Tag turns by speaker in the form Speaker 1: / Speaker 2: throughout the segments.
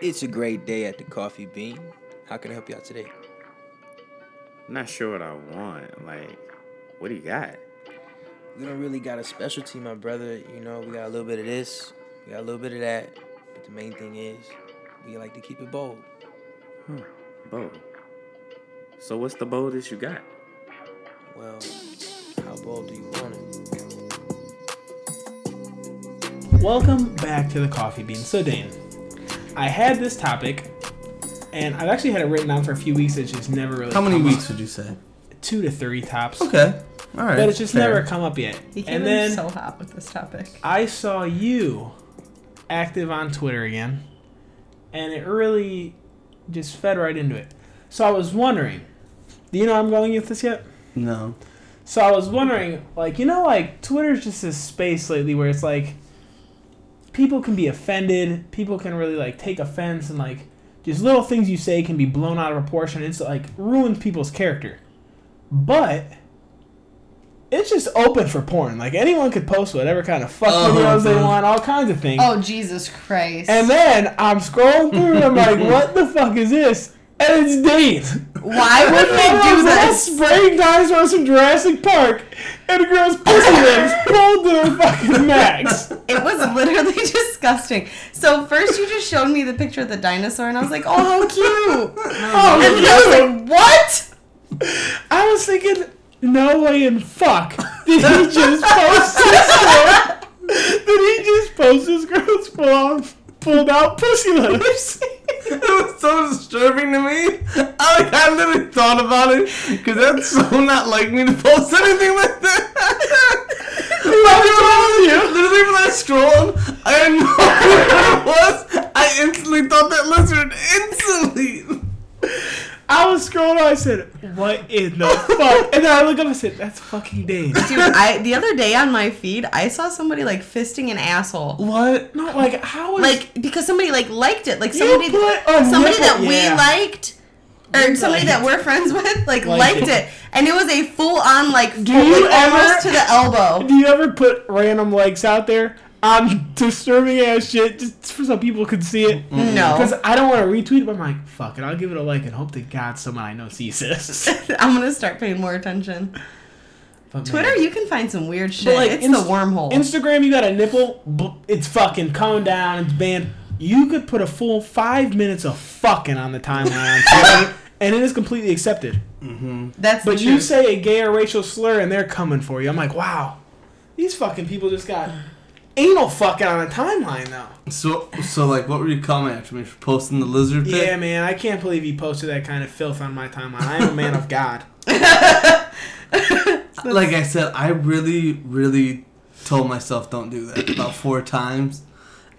Speaker 1: It's a great day at the Coffee Bean. How can I help you out today?
Speaker 2: I'm not sure what I want. Like, what do you got?
Speaker 1: We don't really got a specialty, my brother. You know, we got a little bit of this, we got a little bit of that. But the main thing is, we like to keep it bold.
Speaker 2: Huh. Bold. So what's the boldest you got?
Speaker 1: Well, how bold do you want it?
Speaker 3: Welcome back to the Coffee Bean. So, Dan, I had this topic, and I've actually had it written down for a few weeks. It's just never really
Speaker 4: How many
Speaker 3: come up.
Speaker 4: weeks would you say?
Speaker 3: Two to three tops.
Speaker 4: Okay. All right.
Speaker 3: But it's just
Speaker 4: Fair.
Speaker 3: never come up yet.
Speaker 5: He came
Speaker 3: And
Speaker 5: in
Speaker 3: then
Speaker 5: so hot with this topic.
Speaker 3: I saw you active on Twitter again, and it really just fed right into it. So I was wondering, do you know I'm going with this yet?
Speaker 4: No.
Speaker 3: So I was wondering, like, you know, like Twitter's just this space lately where it's like people can be offended, people can really like take offense, and like just little things you say can be blown out of proportion. It's like ruins people's character, but it's just open for porn. Like anyone could post whatever kind of fuck
Speaker 4: Oh,
Speaker 3: videos they
Speaker 4: man.
Speaker 3: want, all kinds of things.
Speaker 5: Oh Jesus Christ!
Speaker 3: And then I'm scrolling through, and I'm like, what the fuck is this? And it's Dave.
Speaker 5: Why would they do
Speaker 3: That's
Speaker 5: this?
Speaker 3: spraying dinosaurs from Jurassic Park, and a girl's pussy lips pulled to their fucking max.
Speaker 5: It was literally disgusting. So first you just showed me the picture of the dinosaur, and I was like, "Oh, how cute!"
Speaker 3: Oh,
Speaker 5: And then I was like, "What?"
Speaker 3: I was thinking, no way in fuck did he just post this? girl- did he just post this girl's full on, pulled out pussy lips?
Speaker 4: It was so disturbing to me. I, like, I literally thought about it because that's so not like me to post anything like that. Literally when I scrolled, I didn't know who it was. I instantly thought that lizard. Instantly.
Speaker 3: I was scrolling, I said, what in the fuck? And then I look up and said, that's fucking Dave.
Speaker 5: Dude, I the other day on my feed, I saw somebody like fisting an asshole.
Speaker 4: What?
Speaker 3: No, like, how is.
Speaker 5: Like because somebody like liked it. Like
Speaker 3: You
Speaker 5: somebody
Speaker 3: put a
Speaker 5: somebody
Speaker 3: nipple-
Speaker 5: that we
Speaker 3: yeah.
Speaker 5: liked or somebody that we're friends with
Speaker 3: Liked
Speaker 5: like liked,
Speaker 3: it.
Speaker 5: it. and it was a full on like, full,
Speaker 3: you
Speaker 5: like almost
Speaker 3: ever-
Speaker 5: to the elbow.
Speaker 3: Do you ever put random likes out there on disturbing ass shit just for so people could see it? Because
Speaker 5: No,
Speaker 3: I don't want to retweet, but I'm like, fuck it, I'll give it a like and hope to God someone I know sees this.
Speaker 5: I'm gonna start paying more attention.
Speaker 3: But
Speaker 5: Twitter,
Speaker 3: man.
Speaker 5: you can find some weird shit.
Speaker 3: But, like,
Speaker 5: it's
Speaker 3: Inst-
Speaker 5: the wormhole.
Speaker 3: Instagram, you got a nipple, b- it's fucking coming down, it's banned. You could put a full five minutes of fucking on the timeline on Twitter, and it is completely accepted.
Speaker 5: That's
Speaker 3: But
Speaker 5: the
Speaker 3: you
Speaker 5: truth.
Speaker 3: say a gay or racial slur, and they're coming for you. I'm like, wow, these fucking people just got anal fucking on a timeline though.
Speaker 4: So, so like, what were you coming after me for posting the lizard pic?
Speaker 3: Yeah, man, I can't believe he posted that kind of filth on my timeline. I am a man of God.
Speaker 4: like I said, I really, really told myself don't do that about four times,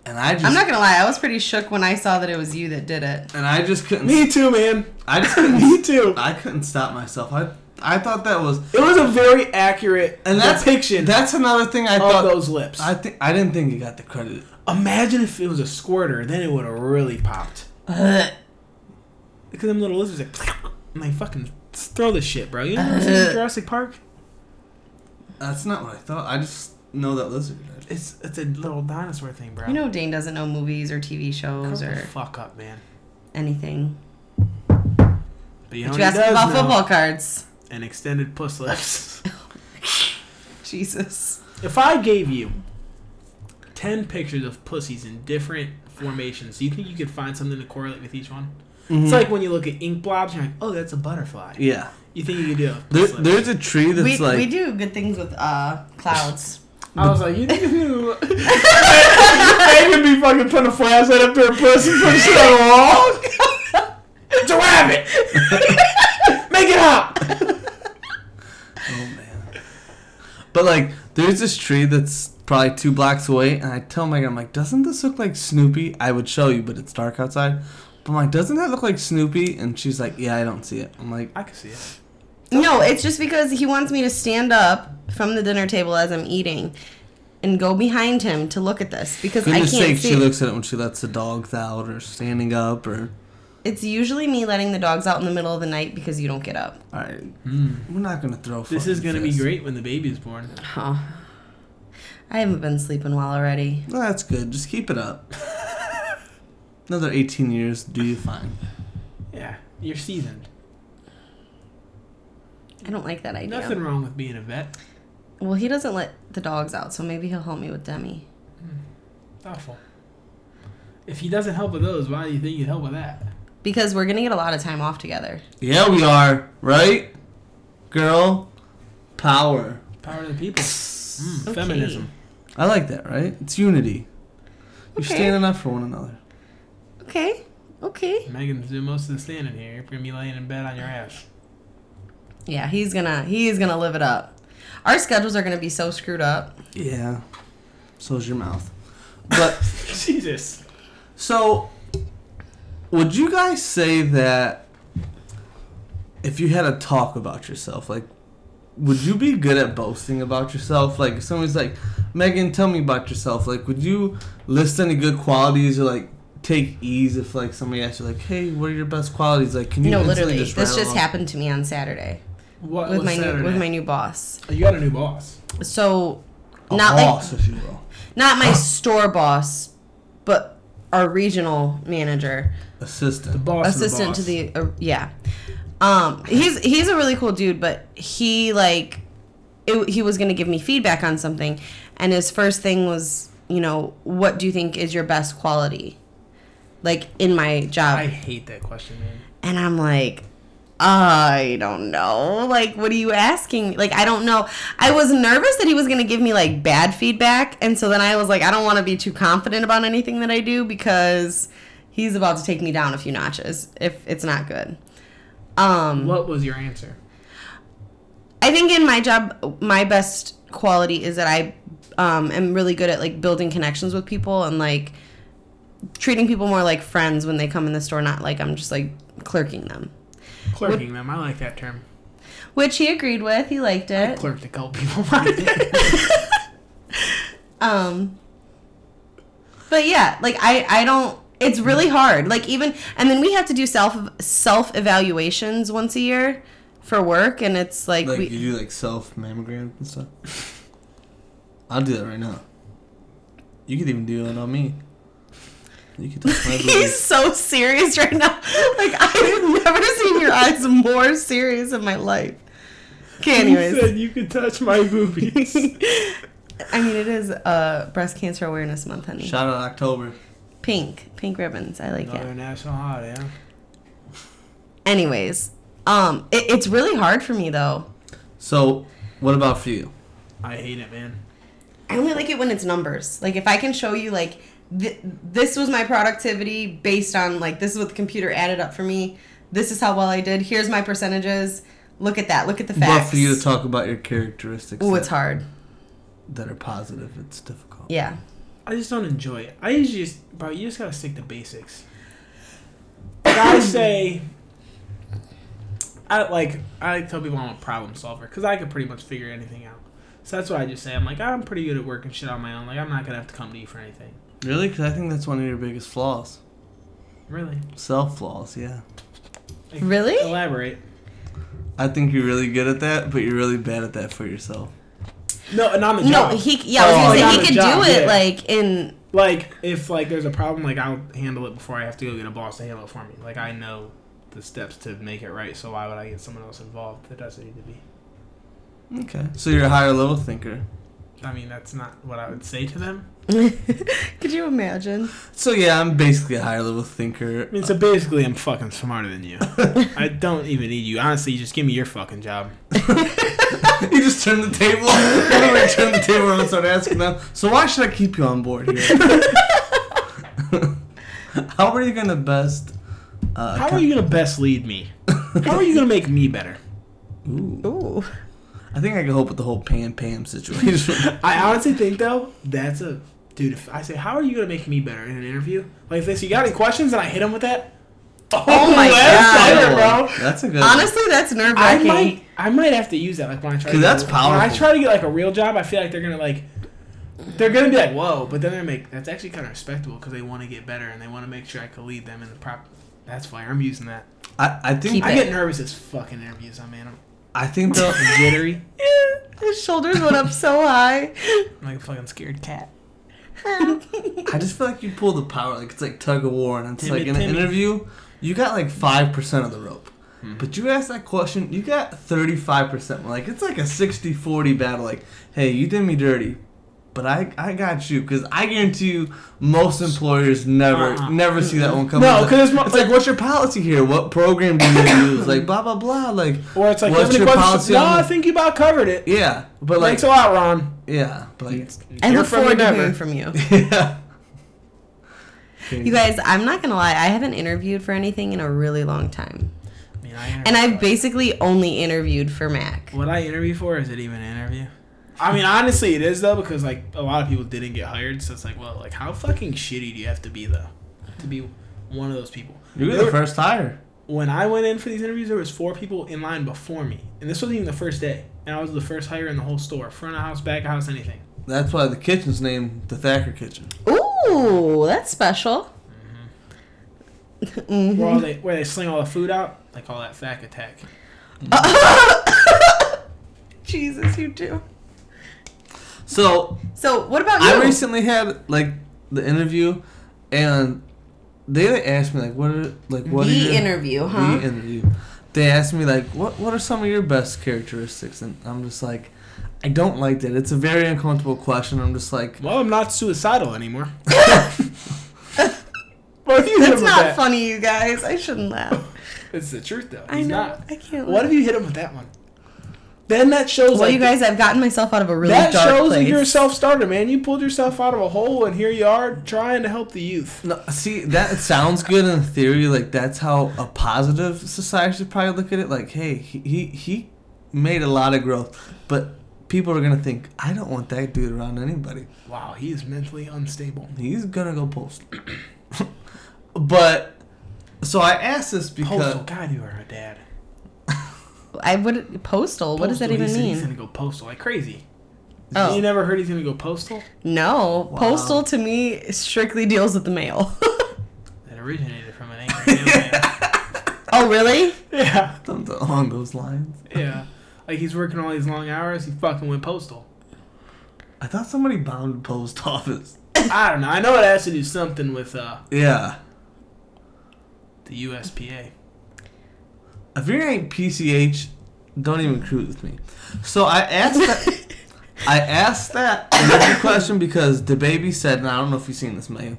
Speaker 4: and I just
Speaker 5: I'm not gonna lie, I was pretty shook when I saw that it was you that did it.
Speaker 4: and I just couldn't.
Speaker 3: Me too, man.
Speaker 4: I just couldn't.
Speaker 3: Me too.
Speaker 4: I couldn't stop myself. I I thought that was
Speaker 3: It was a very accurate
Speaker 4: and that's
Speaker 3: depiction
Speaker 4: That's another thing I
Speaker 3: of
Speaker 4: thought.
Speaker 3: those lips.
Speaker 4: I think I didn't think you got the credit.
Speaker 3: Imagine if it was a squirter, then it would have really popped. Because them little lizards, like, and they fucking throw this shit, bro. You know what I'm saying? Jurassic Park?
Speaker 4: That's not what I thought. I just know that lizard.
Speaker 3: It's it's a little dinosaur thing, bro.
Speaker 5: You know, Dane doesn't know movies or TV
Speaker 3: Cover
Speaker 5: shows
Speaker 3: the
Speaker 5: or
Speaker 3: fuck up, man.
Speaker 5: anything.
Speaker 3: But you know
Speaker 5: But
Speaker 3: what
Speaker 5: you
Speaker 3: he
Speaker 5: ask
Speaker 3: does
Speaker 5: him about
Speaker 3: know?
Speaker 5: football cards.
Speaker 3: And extended puss lips.
Speaker 5: Jesus.
Speaker 3: If I gave you ten pictures of pussies in different formations, do you think you could find something to correlate with each one? It's like when you look at ink blobs, you're like, "Oh, that's a butterfly."
Speaker 4: Mm-hmm. yeah.
Speaker 3: You think you could do it?
Speaker 4: There, there's a tree that's
Speaker 5: We,
Speaker 4: like
Speaker 5: we do good things with uh clouds.
Speaker 3: I was like, "You think you?" I ain't gonna be fucking putting a flashlight up there, pussy, put shit on the wall. It's a rabbit. Make it up.
Speaker 4: Oh man. But like, there's this tree that's probably two blocks away, and I tell Megan, I'm like, doesn't this look like Snoopy? I would show you, but it's dark outside. But I'm like, doesn't that look like Snoopy? And she's like, yeah, I don't see it. I'm like,
Speaker 3: I can see it.
Speaker 5: No, it's just because he wants me to stand up from the dinner table as I'm eating and go behind him to look at this because
Speaker 4: goodness
Speaker 5: I can't
Speaker 4: sake,
Speaker 5: see.
Speaker 4: she looks at it when she lets the dogs out or standing up or.
Speaker 5: it's usually me letting the dogs out in the middle of the night because you don't get up.
Speaker 4: All right,
Speaker 3: Hmm.
Speaker 4: we're not gonna throw.
Speaker 3: This
Speaker 4: fucking
Speaker 3: is gonna be
Speaker 4: fists.
Speaker 3: great when the baby is born.
Speaker 5: Huh. I haven't been sleeping well already.
Speaker 4: Well, that's good. Just keep it up. Another 18 years, do you find?
Speaker 3: Yeah, you're seasoned.
Speaker 5: I don't like that idea.
Speaker 3: Nothing wrong with being a vet.
Speaker 5: Well, he doesn't let the dogs out, so maybe he'll help me with Demi.
Speaker 3: Thoughtful. If he doesn't help with those, why do you think he'd help with that?
Speaker 5: Because we're gonna get a lot of time off together.
Speaker 4: Yeah, we are, right? Girl, power.
Speaker 3: Power to the people. Mm,
Speaker 5: Okay.
Speaker 3: Feminism.
Speaker 4: I like that, right? It's unity. You're
Speaker 5: Okay.
Speaker 4: standing up for one another.
Speaker 5: Okay. Okay.
Speaker 3: Megan's doing most of the standing here. You're gonna be laying in bed on your ass.
Speaker 5: Yeah, he's gonna he's gonna live it up. Our schedules are gonna be so screwed up.
Speaker 4: Yeah. So's your mouth. But
Speaker 3: Jesus.
Speaker 4: So, would you guys say that if you had a talk about yourself, like, would you be good at boasting about yourself? Like, if somebody's like, Megan, tell me about yourself. Like, would you list any good qualities or like take ease if like somebody asked you like, hey, what are your best qualities? Like, can you
Speaker 5: no,
Speaker 4: instantly
Speaker 5: literally, this
Speaker 4: rattle
Speaker 5: just
Speaker 4: off-
Speaker 5: happened to me on Saturday
Speaker 3: What
Speaker 5: with
Speaker 3: was
Speaker 5: my new,
Speaker 3: Saturday?
Speaker 5: with my new boss.
Speaker 3: You got a new boss.
Speaker 5: So,
Speaker 4: a
Speaker 5: not like
Speaker 4: boss, if you will.
Speaker 5: not my store boss, but our regional manager.
Speaker 3: The
Speaker 4: Assistant.
Speaker 3: boss.
Speaker 5: assistant
Speaker 3: and the boss.
Speaker 5: to the uh, yeah um he's he's a really cool dude but he like it, he was gonna give me feedback on something and his first thing was you know what do you think is your best quality like in my job
Speaker 3: I hate that question, man.
Speaker 5: and i'm like i don't know like what are you asking me? like i don't know i was nervous that he was gonna give me like bad feedback and so then i was like i don't want to be too confident about anything that i do because he's about to take me down a few notches if it's not good um
Speaker 3: What was your answer?
Speaker 5: I think in my job, my best quality is that I um, am really good at like building connections with people and like treating people more like friends when they come in the store, not like I'm just like clerking them.
Speaker 3: Clerking them. I like that term.
Speaker 5: Which he agreed with. He liked it.
Speaker 3: Clerked a couple people. one day.
Speaker 5: Um, but yeah, like I, I don't. It's really hard. Like even, and then we have to do self self evaluations once a year for work, and it's like,
Speaker 4: Like,
Speaker 5: we,
Speaker 4: you do like self mammograms and stuff. I'll do that right now. You could even do it on me. You could touch my
Speaker 5: He's
Speaker 4: boobies.
Speaker 5: so serious right now. Like I've never seen your eyes more serious in my life. Okay,
Speaker 3: You
Speaker 5: anyways,
Speaker 3: said you could touch my boobies.
Speaker 5: I mean it is uh, breast cancer awareness month, honey.
Speaker 4: Shout out October.
Speaker 5: Pink, pink ribbons. I like
Speaker 3: Another
Speaker 5: it.
Speaker 3: national holiday. Huh?
Speaker 5: Anyways, um, it, it's really hard for me though.
Speaker 4: So, what about for you?
Speaker 3: I hate it, man.
Speaker 5: I only like it when it's numbers. Like if I can show you like th- this was my productivity based on like this is what the computer added up for me. This is how well I did. Here's my percentages. Look at that. Look at the facts.
Speaker 4: But for you to talk about your characteristics
Speaker 5: Ooh,
Speaker 4: that,
Speaker 5: it's hard.
Speaker 4: that are positive, it's difficult.
Speaker 5: Yeah.
Speaker 3: I just don't enjoy it. I usually just, bro, you just gotta stick to basics. Like I say, I like, I like to tell people I'm a problem solver because I could pretty much figure anything out. So that's what I just say. I'm like, I'm pretty good at working shit on my own. Like, I'm not gonna have to come to you for anything.
Speaker 4: Really? Because I think that's one of your biggest flaws.
Speaker 3: Really?
Speaker 4: Self flaws, yeah.
Speaker 5: Really?
Speaker 3: Elaborate.
Speaker 4: I think you're really good at that, but you're really bad at that for yourself.
Speaker 3: No, not the
Speaker 5: No,
Speaker 3: job.
Speaker 5: he. Yeah, I was
Speaker 4: Oh,
Speaker 5: gonna
Speaker 4: not
Speaker 5: say
Speaker 4: the
Speaker 5: he could
Speaker 3: job,
Speaker 5: do it
Speaker 3: yeah.
Speaker 5: like in.
Speaker 3: like, if like there's a problem, like I'll handle it before I have to go get a boss to handle it for me. Like I know the steps to make it right. So why would I get someone else involved that doesn't need to be?
Speaker 4: Okay. So, you're a higher level thinker.
Speaker 3: I mean, that's not what I would say to them.
Speaker 5: could you imagine?
Speaker 4: So, yeah, I'm basically a higher level thinker.
Speaker 3: I mean, so basically, I'm fucking smarter than you. I don't even need you. Honestly, just give me your fucking job.
Speaker 4: You just turn the table. Literally turn the table around and start asking them. So why should I keep you on board here? How are you gonna best? Uh,
Speaker 3: How are you gonna best lead me? How are you gonna make me better?
Speaker 4: Ooh,
Speaker 5: Ooh.
Speaker 4: I think I can help with the whole Pam Pam situation.
Speaker 3: I honestly think though, that's a dude. If I say, "How are you gonna make me better?" in an interview like this, you got any questions? And I hit him with that. Oh,
Speaker 5: my
Speaker 3: that's fire,
Speaker 5: God.
Speaker 3: bro.
Speaker 4: that's a good.
Speaker 5: Honestly, that's nerve
Speaker 3: I
Speaker 5: wracking.
Speaker 3: might, I might have to use that. Like when I try, to
Speaker 4: 'Cause
Speaker 3: get-
Speaker 4: that's
Speaker 3: When I
Speaker 4: powerful.
Speaker 3: try to get like a real job, I feel like they're gonna like, they're gonna be like, "Whoa!" But then they make that's actually kind of respectable because they want to get better and they want to make sure I can lead them in the proper. That's fire. I'm using that.
Speaker 4: I, I think
Speaker 5: Keep
Speaker 3: I
Speaker 5: it.
Speaker 3: get nervous as fucking interviews. I mean,
Speaker 4: I think though.
Speaker 3: I'm jittery.
Speaker 5: Yeah, his shoulders went up so high.
Speaker 3: I'm like a fucking scared cat.
Speaker 4: I just feel like you pull the power, like it's like tug of war, and it's
Speaker 3: Timmy,
Speaker 4: like in an
Speaker 3: Timmy. Hmm.
Speaker 4: interview, you got like five percent of the rope, but you ask that question, you got thirty five percent. Like it's like a 60-40 battle. Like, hey, you did me dirty, but I I got you because I guarantee you, most employers never
Speaker 3: Uh-uh.
Speaker 4: never see that one coming.
Speaker 3: No,
Speaker 4: It's
Speaker 3: 'cause
Speaker 4: like-
Speaker 3: it's mo-
Speaker 4: it's like, what's your policy here? What program do you use? Like blah blah blah. Like
Speaker 3: Or it's like,
Speaker 4: What's
Speaker 3: "How many
Speaker 4: your
Speaker 3: questions?"
Speaker 4: policy
Speaker 3: No,
Speaker 4: on-
Speaker 3: I think you about covered it.
Speaker 4: yeah, but like
Speaker 3: Thanks a lot, Ron.
Speaker 4: yeah, but like
Speaker 5: I
Speaker 1: Hear
Speaker 5: look
Speaker 1: from
Speaker 5: forward
Speaker 1: you
Speaker 5: to
Speaker 1: never.
Speaker 5: hearing from you.
Speaker 4: yeah.
Speaker 5: You guys, I'm not gonna lie, I haven't interviewed for anything in a really long time.
Speaker 3: I mean, I
Speaker 5: And I've basically only interviewed for Mac.
Speaker 3: what I interview for is it even an interview? I mean, honestly, it is though because like a lot of people didn't get hired, so it's like, well, like how fucking shitty do you have to be though to be one of those people?
Speaker 4: You were
Speaker 3: There
Speaker 4: the
Speaker 3: were-
Speaker 4: first hire.
Speaker 3: When I went in for these interviews, there was four people in line before me, and this wasn't even the first day, and I was the first hire in the whole store, front of house, back of house, anything.
Speaker 4: That's why the kitchen's named the Thacker Kitchen.
Speaker 5: Ooh, that's special. Mm-hmm.
Speaker 3: Where all they where they sling all the food out, they call that fact attack.
Speaker 5: Jesus, you do.
Speaker 4: So
Speaker 5: So what about you?
Speaker 4: I recently had like the interview, and they like, asked me like, what are like what
Speaker 5: the
Speaker 4: are your,
Speaker 5: interview, huh?
Speaker 4: the interview? They asked me like, what what are some of your best characteristics? And I'm just like, I don't like that. It's a very uncomfortable question. I'm just like,
Speaker 3: Well, I'm not suicidal anymore. well, if you hit
Speaker 5: That's
Speaker 3: him with
Speaker 5: not
Speaker 3: that,
Speaker 5: funny, you guys. I shouldn't laugh.
Speaker 3: it's the truth though.
Speaker 5: I
Speaker 3: He's
Speaker 5: know.
Speaker 3: not.
Speaker 5: I can't.
Speaker 3: What
Speaker 5: laugh.
Speaker 3: if you hit him with that one? Then that shows
Speaker 5: Well,
Speaker 3: like
Speaker 5: you guys, I've gotten myself out of a really
Speaker 3: that
Speaker 5: dark
Speaker 3: shows
Speaker 5: place.
Speaker 3: that you're a self-starter, man. You pulled yourself out of a hole, and here you are trying to help the youth.
Speaker 4: No, see, that sounds good in theory. Like that's how a positive society should probably look at it. Like, hey, he he, he made a lot of growth, but people are gonna think I don't want that dude around anybody.
Speaker 3: Wow, he is mentally unstable.
Speaker 4: He's gonna go post. but so I asked this because
Speaker 3: Postal, God, you are a dad.
Speaker 5: I would postal. What does that
Speaker 3: Postal, he
Speaker 5: even
Speaker 3: said He's
Speaker 5: mean?
Speaker 3: gonna go postal like crazy.
Speaker 5: Oh.
Speaker 3: You never heard he's gonna go postal?
Speaker 5: No,
Speaker 4: Wow.
Speaker 5: postal to me strictly deals with the mail.
Speaker 3: That originated from an angry mailman.
Speaker 5: oh, really?
Speaker 3: yeah,
Speaker 4: something along those lines.
Speaker 3: yeah. Like he's working all these long hours. He fucking went postal.
Speaker 4: I thought somebody bound the post office.
Speaker 3: I don't know. I know it has to do something with uh,
Speaker 4: Yeah.
Speaker 3: the USPA.
Speaker 4: If you ain't PCH, don't even cruise with me. So I asked that. I asked that interview question because the baby said, and I don't know if you've seen this, man,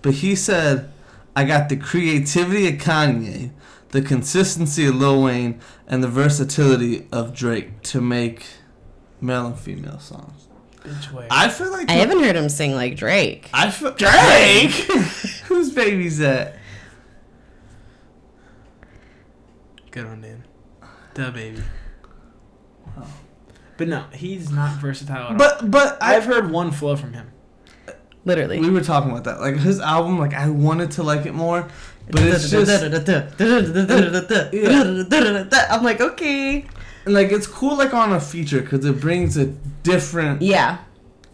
Speaker 4: but he said, "I got the creativity of Kanye, the consistency of Lil Wayne, and the versatility of Drake to make male and female songs."
Speaker 3: Bitch, wait.
Speaker 4: I feel like
Speaker 5: I haven't heard him sing like Drake.
Speaker 4: I feel Drake. Whose baby's that?
Speaker 3: Good one, Dan. The baby. But no, he's not versatile at all.
Speaker 4: But but
Speaker 3: I've heard one flow from him.
Speaker 5: Literally.
Speaker 4: We were talking about that. Like his album, like I wanted to like it more, but it's just
Speaker 5: I'm like, okay.
Speaker 4: like it's cool like on a feature because it brings a different
Speaker 5: Yeah.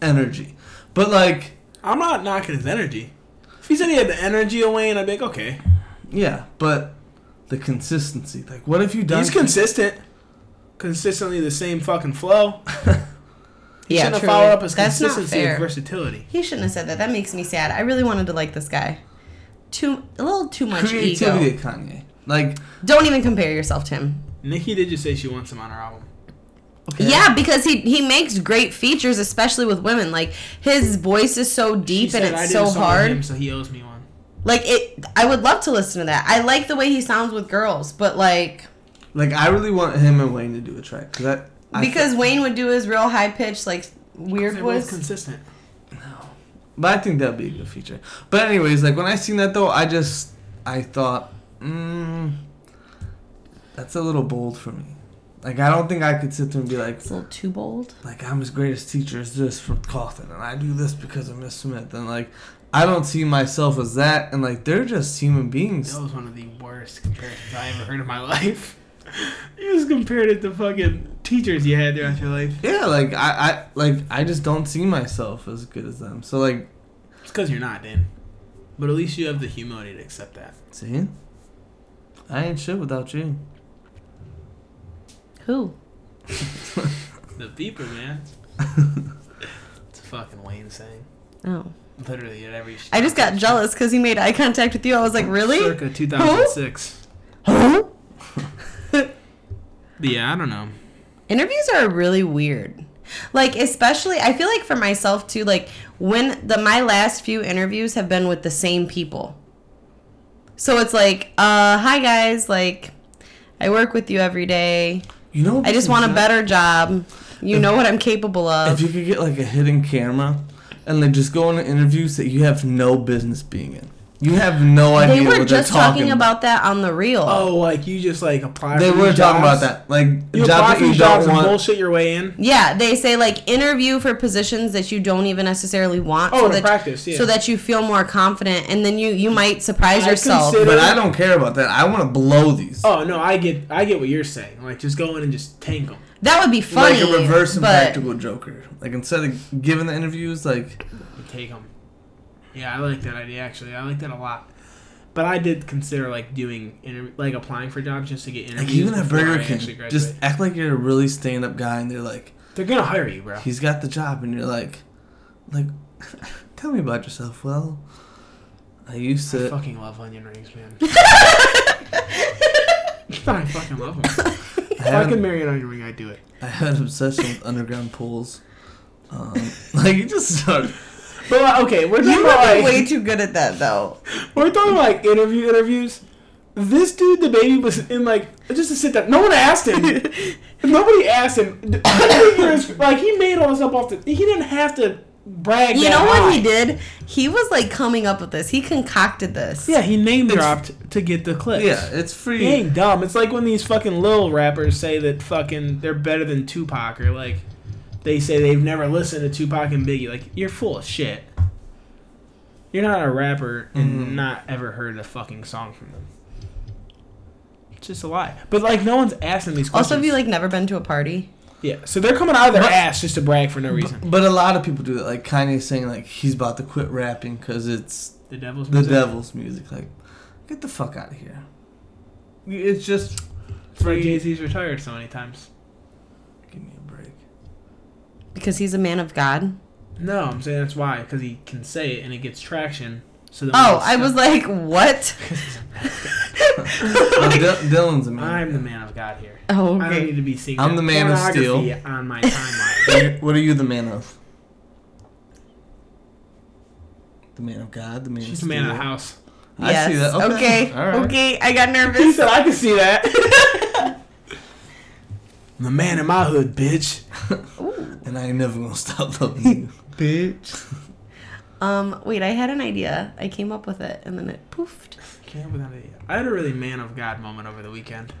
Speaker 4: energy. But like
Speaker 3: I'm not knocking his energy. If he said he had the energy away, and I'd be like, okay,
Speaker 4: yeah, but the consistency. Like what have you done?
Speaker 3: he's consistent, consistently the same fucking flow. He
Speaker 5: Yeah.
Speaker 3: shouldn't have
Speaker 5: True.
Speaker 3: followed up his
Speaker 5: That's not
Speaker 3: consistency with
Speaker 5: fair.
Speaker 3: versatility.
Speaker 5: He shouldn't have said that. That makes me sad. I really wanted to like this guy. Too a little too much
Speaker 4: creativity
Speaker 5: ego.
Speaker 4: of Kanye. Like
Speaker 5: Don't even compare yourself to him.
Speaker 3: Nikki did just say she wants him on her album.
Speaker 4: okay,
Speaker 5: Yeah, because he he makes great features, especially with women. Like his voice is so
Speaker 3: She
Speaker 5: deep and
Speaker 3: said,
Speaker 5: it's
Speaker 3: did a song
Speaker 5: so
Speaker 3: with
Speaker 5: hard.
Speaker 3: him, so he owes me one.
Speaker 5: Like it, I would love to listen to that. I like the way he sounds with girls, but like
Speaker 4: Like I really want him and Wayne to do a track because that I
Speaker 5: because
Speaker 4: thi-
Speaker 5: Wayne would do his real high pitched like weird
Speaker 3: They're both
Speaker 5: voice.
Speaker 3: consistent.
Speaker 4: But I think that'd be a good feature. But anyways, like when I seen that though, I just I thought, mm, that's a little bold for me. Like I don't think I could sit there and be like,
Speaker 5: it's a little too bold.
Speaker 4: like I'm his greatest teacher is this from Cawthon, and I do this because of Miss Smith, and like I don't see myself as that, and like they're just human beings.
Speaker 3: That was one of the worst comparisons I ever heard in my life. You just compared it to fucking teachers you had throughout your life.
Speaker 4: Yeah, like I, I like I just don't see myself as good as them. So like,
Speaker 3: It's because you're not, Dan. But at least you have the humility to accept that.
Speaker 4: see, I ain't shit without you.
Speaker 5: Who?
Speaker 3: The beeper, man. it's a fucking Wayne saying.
Speaker 5: Oh.
Speaker 3: Literally at every.
Speaker 5: I just got jealous because he made eye contact with you. I was like, really?
Speaker 3: Circa 2006.
Speaker 5: Huh?
Speaker 3: Yeah, I don't know.
Speaker 5: Interviews are really weird. Like especially I feel like for myself too like when the my last few interviews have been with the same people. So it's like uh hi guys like I work with you every day.
Speaker 4: You know.
Speaker 5: I just want a
Speaker 4: besides-
Speaker 5: better job. You know what I'm capable
Speaker 4: If
Speaker 5: of.
Speaker 4: you could get like a hidden camera and like just go on interviews that you have no business being in. You have no idea
Speaker 5: They were
Speaker 4: what they're
Speaker 5: just talking
Speaker 4: talking about.
Speaker 5: about that on the reel.
Speaker 3: Oh, like you just like apply.
Speaker 4: They
Speaker 3: for
Speaker 4: were
Speaker 3: these
Speaker 4: talking about
Speaker 3: jobs?
Speaker 4: that. Like
Speaker 3: You
Speaker 4: job
Speaker 3: apply
Speaker 4: that
Speaker 3: for
Speaker 4: you
Speaker 3: these jobs
Speaker 4: don't
Speaker 3: and
Speaker 4: want.
Speaker 3: bullshit your way in.
Speaker 5: Yeah, they say like interview for positions that you don't even necessarily want.
Speaker 3: Oh, to
Speaker 5: that,
Speaker 3: practice, yeah.
Speaker 5: So that you feel more confident, and then you you might surprise
Speaker 3: I
Speaker 5: yourself.
Speaker 3: consider-
Speaker 4: But I don't care about that. I want to blow these.
Speaker 3: Oh no, I get I get what you're saying. Like just go in and just tank them.
Speaker 5: that would be funny.
Speaker 4: like a reverse
Speaker 5: but
Speaker 4: impractical joker. Like instead of giving the interviews, like
Speaker 3: Take them. Yeah, I like that idea actually. I like that a lot. But I did consider like doing inter- like applying for jobs just to get interviews.
Speaker 4: like even at
Speaker 3: before
Speaker 4: Burger
Speaker 3: I actually
Speaker 4: King,
Speaker 3: graduate.
Speaker 4: just act like you're a really stand up guy, and they're like,
Speaker 3: they're gonna hire you, bro.
Speaker 4: he's got the job, and you're like, like, tell me about yourself. Well, I used
Speaker 3: I
Speaker 4: to.
Speaker 3: fucking love onion rings, man. I fucking love them.
Speaker 4: I
Speaker 3: If I
Speaker 4: had,
Speaker 3: could
Speaker 4: an,
Speaker 3: marry an onion ring, I'd do it.
Speaker 4: I had an obsession with underground pools. Um, like you just start.
Speaker 3: But like, okay, we're talking
Speaker 5: You
Speaker 3: about
Speaker 5: would be
Speaker 3: like,
Speaker 5: way too good at that though.
Speaker 3: we're talking about, like interview interviews. This dude, the baby, was in like just to sit down. No one asked him. Nobody asked him. like he made all this up off the. He didn't have to brag.
Speaker 5: You
Speaker 3: that
Speaker 5: know what he
Speaker 3: high.
Speaker 5: did? He was like coming up with this. He concocted this.
Speaker 3: Yeah, he name dropped to get the clips.
Speaker 4: Yeah, it's
Speaker 3: He
Speaker 4: free.
Speaker 3: ain't dumb. It's like when these fucking little rappers say that fucking they're better than Tupac or like they say they've never listened to Tupac and Biggie. Like you're full of shit. You're not a rapper and
Speaker 4: Mhm.
Speaker 3: not ever heard a fucking song from them. It's just a lie. But like no one's asking these questions.
Speaker 5: Also, have you like never been to a party?
Speaker 3: yeah, so they're coming out of their
Speaker 4: But-
Speaker 3: ass just to brag for no reason.
Speaker 4: But a lot of people do that. Like Kanye's saying, like he's about to quit rapping because it's
Speaker 3: The devil's
Speaker 4: the
Speaker 3: music.
Speaker 4: devil's music. Like, get the fuck out of here. It's just
Speaker 3: Fred Jay Z's retired so many times.
Speaker 4: Give me a break.
Speaker 5: Because he's a man of God.
Speaker 3: No, I'm saying that's why because he can say it and it gets traction. So then
Speaker 5: Oh,
Speaker 3: when
Speaker 5: I
Speaker 3: it's-
Speaker 5: was like, what?
Speaker 4: Well, Dil- Dylan's a man.
Speaker 3: I'm the man of God here.
Speaker 5: Oh,
Speaker 3: I don't
Speaker 5: okay.
Speaker 3: need to be seeing
Speaker 4: I'm
Speaker 3: that
Speaker 4: the man of steel.
Speaker 3: pornography on my timeline.
Speaker 4: What are you- What are you the man of? The man of God. The man.
Speaker 3: She's the
Speaker 4: of
Speaker 3: man of the
Speaker 4: steel?
Speaker 3: house.
Speaker 4: I see that. Okay.
Speaker 5: Okay.
Speaker 4: All right.
Speaker 5: okay. I got
Speaker 3: He
Speaker 5: nervous.
Speaker 3: said I can see that. the man in my hood, bitch.
Speaker 4: And I ain't never gonna stop loving you, bitch.
Speaker 5: Um, wait, I had an idea. I came up with it and then it poofed.
Speaker 3: Can't without it. I had a really man of God moment over the weekend.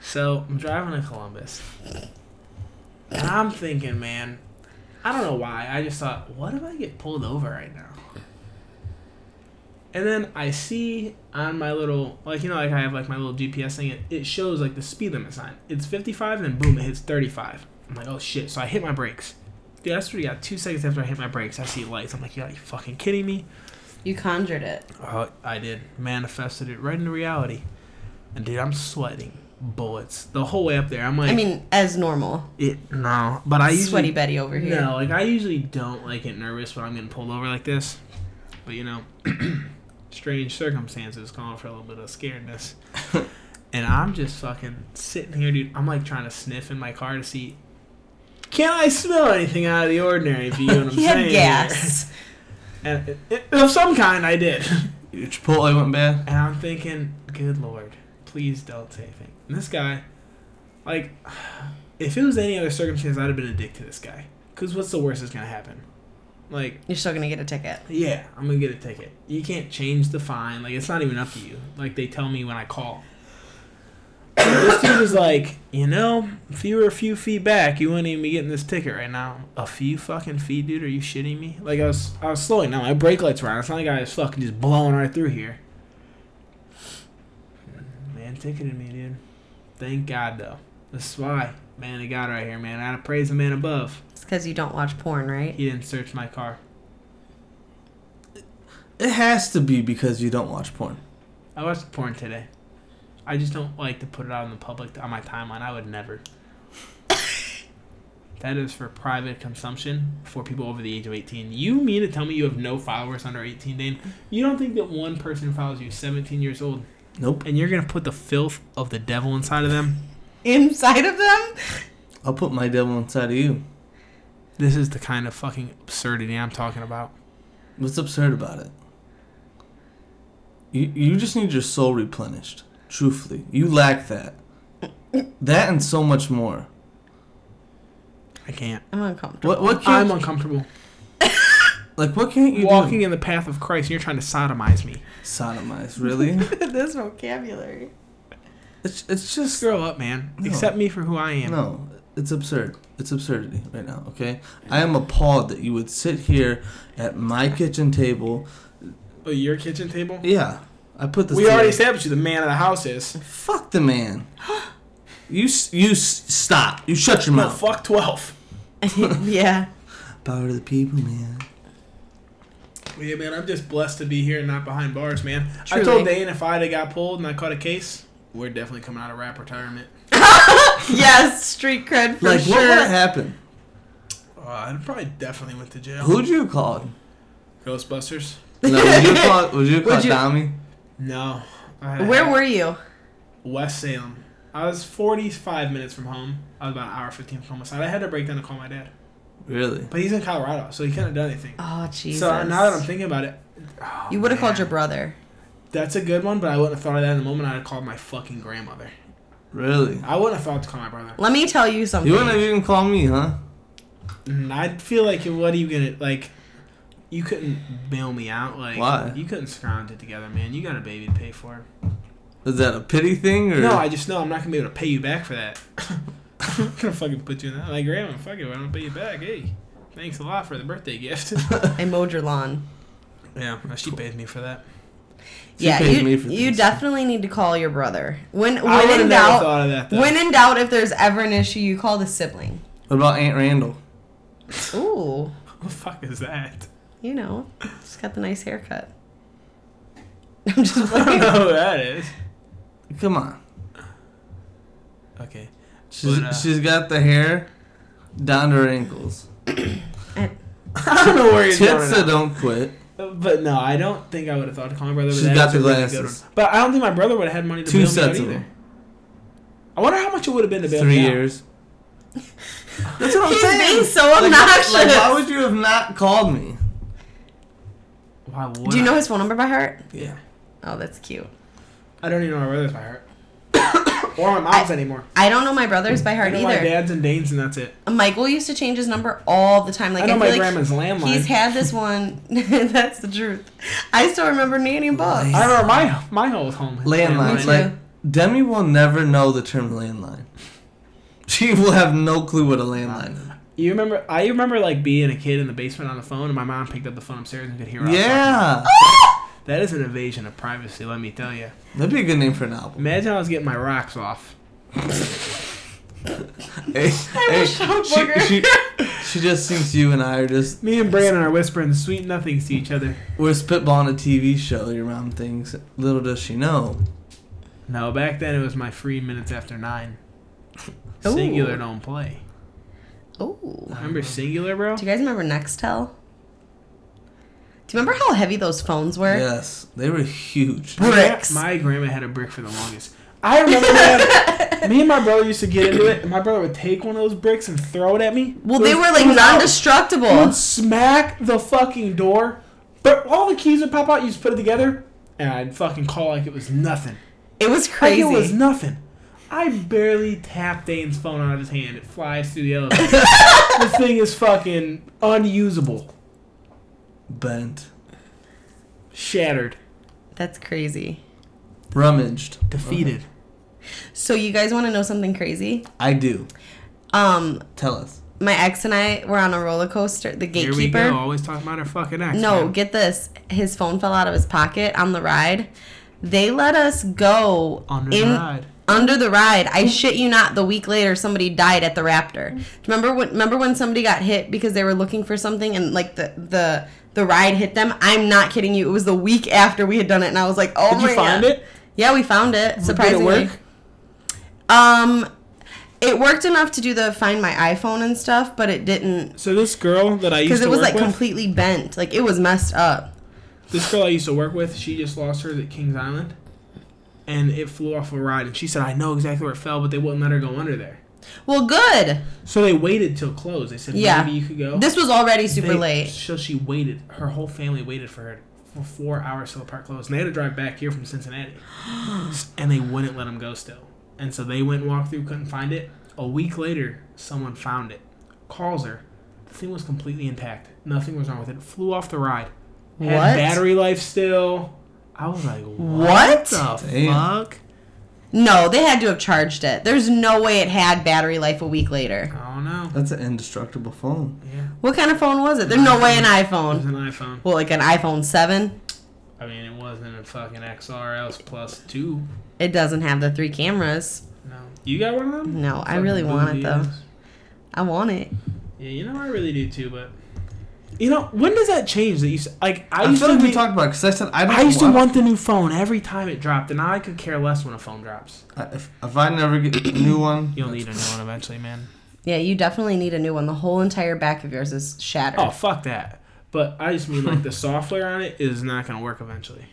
Speaker 3: So I'm driving to Columbus, and I'm thinking, man, I don't know why. I just thought, what if I get pulled over right now? And then I see on my little, like you know, like I have like my little GPS thing. It, it shows like the speed limit sign. It's 55, and then boom, it hits 35. I'm like, oh shit! So I hit my brakes. Dude, that's really got two seconds after I hit my brakes. I see lights. I'm like, yeah, you fucking kidding me?
Speaker 5: You conjured it.
Speaker 3: Oh, I did. Manifested it right into reality. And dude, I'm sweating bullets the whole way up there. I'm like,
Speaker 5: I mean, as normal.
Speaker 3: it, no, but I usually
Speaker 5: Sweaty Betty over here.
Speaker 3: no, like I usually don't like get nervous when I'm getting pulled over like this. But you know, strange circumstances calling for a little bit of scaredness. and I'm just fucking sitting here, dude. I'm like trying to sniff in my car to see. Can I smell anything out of the ordinary? If you know what I'm
Speaker 5: He
Speaker 3: saying.
Speaker 5: had gas.
Speaker 3: And, uh, of some kind, I did.
Speaker 4: Your Chipotle went bad.
Speaker 3: And I'm thinking, good lord, please don't say anything. And this guy, like, if it was any other circumstance, I'd have been a dick to this guy. Because what's the worst that's going to happen? Like,
Speaker 5: You're still gonna get a ticket.
Speaker 3: yeah, I'm going to get a ticket. You can't change the fine. Like, it's not even up to you. Like, they tell me when I call. And this dude was like, you know, if you were a few feet back, you wouldn't even be getting this ticket right now. A few fucking feet, dude? Are you shitting me? Like, I was, I was slowing down. My brake lights were on. It's not like I was fucking just blowing right through here. Man ticketed me, dude. Thank God, though. This is why. Man of God right here, man. I praise the man above.
Speaker 5: It's because you don't watch porn, right?
Speaker 3: He didn't search my car.
Speaker 4: It has to be because you don't watch porn.
Speaker 3: I watched porn today. I just don't like to put it out in the public on my timeline. I would never. That is for private consumption for people over the age of 18. You mean to tell me you have no followers under 18, Dane? You don't think that one person follows you 17 years old
Speaker 4: Nope.
Speaker 3: and you're going to put the filth of the devil inside of them?
Speaker 5: Inside of them?
Speaker 4: I'll put my devil inside of you.
Speaker 3: This is the kind of fucking absurdity I'm talking about.
Speaker 4: What's absurd about it? You, you just need your soul replenished. Truthfully, you lack that. That and so much more.
Speaker 3: I can't.
Speaker 5: I'm uncomfortable.
Speaker 4: What what
Speaker 3: I'm
Speaker 4: can't
Speaker 3: uncomfortable.
Speaker 4: like what can't you
Speaker 3: Walking
Speaker 4: do?
Speaker 3: in the path of Christ and you're trying to sodomize me.
Speaker 4: Sodomize really?
Speaker 5: this vocabulary.
Speaker 4: it's it's just
Speaker 3: Grow up, man.
Speaker 4: No.
Speaker 3: Accept me for who I am.
Speaker 4: No, it's absurd. It's absurdity right now, okay? I am appalled that you would sit here at my kitchen table.
Speaker 3: Oh, your kitchen table?
Speaker 4: Yeah, I put this.
Speaker 3: We already
Speaker 4: together.
Speaker 3: established you the man of the house is.
Speaker 4: Fuck the man. You s- you s- stop. You shut your
Speaker 3: No,
Speaker 4: mouth.
Speaker 3: fuck 12.
Speaker 5: yeah.
Speaker 4: Power to the people, man.
Speaker 3: Yeah, man, I'm just blessed to be here and not behind bars, man. I
Speaker 5: Truly.
Speaker 3: told Dane if I'd have got pulled and I caught a case, we're definitely coming out of rap retirement.
Speaker 5: Yes, street cred for
Speaker 4: like
Speaker 5: sure.
Speaker 4: what would have happened?
Speaker 3: Uh, I probably definitely went to jail.
Speaker 4: Who'd you call?
Speaker 3: Ghostbusters?
Speaker 4: No, would you call? Would you call
Speaker 5: Would you-
Speaker 4: Tommy?
Speaker 3: No. I-
Speaker 5: Where were you?
Speaker 3: West Salem. I was 45 minutes from home. I was about an hour 15 from home. So I had to break down to call my dad.
Speaker 4: Really?
Speaker 3: But he's in Colorado, so he couldn't have done anything.
Speaker 5: Oh Jesus.
Speaker 3: So now that I'm thinking about it, oh,
Speaker 5: you would have called
Speaker 3: man.
Speaker 5: your brother.
Speaker 3: That's a good one, but I wouldn't have thought of that in the moment. I'd have called my fucking grandmother.
Speaker 4: Really?
Speaker 3: I wouldn't have thought to call my brother.
Speaker 5: Let me tell you something.
Speaker 4: You wouldn't have even called me, huh?
Speaker 3: And Mm, I'd feel like, what are you gonna like? You couldn't bail me out, like
Speaker 4: Why?
Speaker 3: you couldn't scrounge it together, man. You got a baby to pay for.
Speaker 4: Was that a pity thing or?
Speaker 3: No, I just know I'm not gonna be able to pay you back for that. I'm gonna fucking put you in that. Like, grandma, fuck it, I don't pay you back. Hey, thanks a lot for the birthday gift.
Speaker 5: I mowed your lawn.
Speaker 3: yeah, she paid me for that.
Speaker 4: She
Speaker 5: yeah,
Speaker 4: pays
Speaker 5: you,
Speaker 4: me for
Speaker 5: you
Speaker 4: this.
Speaker 5: definitely need to call your brother. When
Speaker 3: I would
Speaker 5: when
Speaker 3: have never
Speaker 5: in doubt,
Speaker 3: thought of that. Though.
Speaker 5: when in doubt, if there's ever an issue, you call the sibling.
Speaker 4: What about Aunt Randall?
Speaker 5: Ooh,
Speaker 3: what the fuck is that?
Speaker 5: you know, just got the nice haircut. I'm just
Speaker 3: I don't
Speaker 5: like,
Speaker 3: know who that is.
Speaker 4: Come on.
Speaker 3: Okay.
Speaker 4: She's,
Speaker 3: But, uh,
Speaker 4: she's got the hair down to her ankles.
Speaker 3: I don't know where he's
Speaker 4: Tits
Speaker 3: going.
Speaker 4: that
Speaker 3: now.
Speaker 4: don't quit.
Speaker 3: But no, I don't think I would have thought to call my brother. but
Speaker 4: She's
Speaker 3: that
Speaker 4: got
Speaker 3: is
Speaker 4: the
Speaker 3: a really good
Speaker 4: glasses.
Speaker 3: one. But I don't think my brother would have had money to
Speaker 4: Two
Speaker 3: bail
Speaker 4: sets
Speaker 3: me
Speaker 4: of
Speaker 3: out either.
Speaker 4: them.
Speaker 3: I wonder how much it would have been to bail
Speaker 4: Three
Speaker 3: me out.
Speaker 4: years. That's what I'm
Speaker 5: he's
Speaker 4: saying.
Speaker 5: being so
Speaker 4: Like,
Speaker 5: obnoxious.
Speaker 4: like, why would you have not called me?
Speaker 3: Why would
Speaker 5: Do you
Speaker 3: I?
Speaker 5: know his phone number by heart?
Speaker 4: Yeah.
Speaker 5: Oh, that's cute.
Speaker 3: I don't even know my brother's by heart. or my mom's anymore.
Speaker 5: I don't know my brother's by
Speaker 3: I
Speaker 5: heart
Speaker 3: know my
Speaker 5: either.
Speaker 3: dad's and Dane's, and that's it.
Speaker 5: Michael used to change his number all the time. Like
Speaker 3: I know
Speaker 5: feel
Speaker 3: my
Speaker 5: like
Speaker 3: grandma's landline.
Speaker 5: He's had this one. that's the truth. I still remember Nanny and Bob.
Speaker 3: I remember my my whole home had
Speaker 4: Landline.
Speaker 5: too.
Speaker 4: Like Demi will never know the term landline. She will have no clue what a landline is.
Speaker 3: You remember? I remember like being a kid in the basement on the phone, and my mom picked up the phone upstairs and could hear. us talking.
Speaker 4: Yeah.
Speaker 3: that is an invasion of privacy. Let me tell you.
Speaker 4: That'd be a good name for an album.
Speaker 3: Imagine I was getting my rocks off.
Speaker 4: Hey, hey,
Speaker 5: wish I was
Speaker 4: she,
Speaker 5: booger.
Speaker 4: she, she just thinks you and I are just
Speaker 3: Me and Brandon are whispering sweet nothings to each other.
Speaker 4: we're spitballing a TV show. Your mom thinks. Little does she know.
Speaker 3: No, back then it was my free minutes after nine.
Speaker 5: Ooh.
Speaker 3: Singular don't play.
Speaker 5: Oh.
Speaker 3: Remember Singular, bro?
Speaker 5: Do you guys remember Nextel? Do you remember how heavy those phones were?
Speaker 4: Yes, they were huge.
Speaker 3: My gra-
Speaker 5: Bricks.
Speaker 3: My grandma had a brick for the longest. I remember that. me and my brother used to get into it, and my brother would take one of those bricks and throw it at me.
Speaker 5: Well,
Speaker 3: It
Speaker 5: they
Speaker 3: was-
Speaker 5: were
Speaker 3: it
Speaker 5: like
Speaker 3: was out.
Speaker 5: non-destructible.
Speaker 3: It would smack the fucking door, but all the keys would pop out. You just put it together, and I'd fucking call like it was nothing.
Speaker 5: It was crazy.
Speaker 3: Like it was nothing. I barely tapped Dane's phone out of his hand. It flies through the elevator. the thing is fucking unusable,
Speaker 4: Bent.
Speaker 3: shattered,
Speaker 5: That's crazy.
Speaker 4: Rummaged.
Speaker 3: defeated.
Speaker 5: So you guys want to know something crazy?
Speaker 4: I do.
Speaker 5: Um,
Speaker 4: Tell us.
Speaker 5: my ex and I were on a roller coaster. The
Speaker 3: Here we go.
Speaker 5: gatekeeper.
Speaker 3: Always talking about our fucking ex.
Speaker 5: No,
Speaker 3: man.
Speaker 5: get this. His phone fell out of his pocket on the ride. They let us go
Speaker 3: under
Speaker 5: in,
Speaker 3: the ride. Mm.
Speaker 5: under the ride. I shit you not. The week later, somebody died at the Raptor. Remember when? Remember when somebody got hit because they were looking for something and like the the the ride hit them. I'm not kidding you. It was the week after we had done it, and I was like, oh
Speaker 3: Did you
Speaker 5: my
Speaker 3: find
Speaker 5: God.
Speaker 3: it?
Speaker 5: Yeah, we found it.
Speaker 3: Did it
Speaker 5: Surprisingly,
Speaker 3: work?
Speaker 5: um, It worked enough to do the find my iPhone and stuff, but it didn't
Speaker 3: So this girl that I used
Speaker 5: because
Speaker 3: to
Speaker 5: it was
Speaker 3: work
Speaker 5: like
Speaker 3: with,
Speaker 5: completely bent. Like it was messed up.
Speaker 3: this girl I used to work with, she just lost hers at Kings Island, and it flew off a ride. And she said, "I know exactly where it fell, but they wouldn't let her go under there."
Speaker 5: Well, good.
Speaker 3: So they waited till close. They said,
Speaker 5: Yeah.
Speaker 3: "Maybe you could go."
Speaker 5: This was already super
Speaker 3: They-
Speaker 5: late.
Speaker 3: So she waited. Her whole family waited for her for four hours till the park closed. And they had to drive back here from Cincinnati. and they wouldn't let them go still. And so they went and walked through, couldn't find it. A week later, someone found it. Calls her. The thing was completely intact. Nothing was wrong with it. Flew off the ride. Had
Speaker 5: What?
Speaker 3: battery life still. I was like, what,
Speaker 5: What?
Speaker 3: the
Speaker 4: Damn.
Speaker 3: fuck?
Speaker 5: No, they had to have charged it. There's no way it had battery life a week later.
Speaker 3: I don't know.
Speaker 4: That's an indestructible phone.
Speaker 3: Yeah,
Speaker 5: What kind of phone was it? There's no way an
Speaker 3: it was
Speaker 5: iPhone.
Speaker 3: an iPhone.
Speaker 5: Well, like an iPhone 7.
Speaker 3: I mean, it wasn't a fucking XRS plus two.
Speaker 5: It doesn't have the three cameras.
Speaker 3: No. You got one of them?
Speaker 5: No, I really
Speaker 3: Fucking
Speaker 5: want it
Speaker 3: booty
Speaker 5: though.
Speaker 3: ass.
Speaker 5: I want it.
Speaker 3: Yeah, you know I really do too, but you know when does that change? That you s- like I,
Speaker 4: I,
Speaker 3: used
Speaker 4: feel
Speaker 3: to
Speaker 4: like we
Speaker 3: be-
Speaker 4: talked about because I said I don't.
Speaker 3: I used to want the new phone every time it dropped, and now I could care less when a phone drops.
Speaker 4: I- If, if I never get a new one,
Speaker 3: You'll need a new one eventually, man.
Speaker 5: Yeah, you definitely need a new one. The whole entire back of yours is shattered.
Speaker 3: Oh fuck that! But I just mean like the software on it is not gonna work eventually.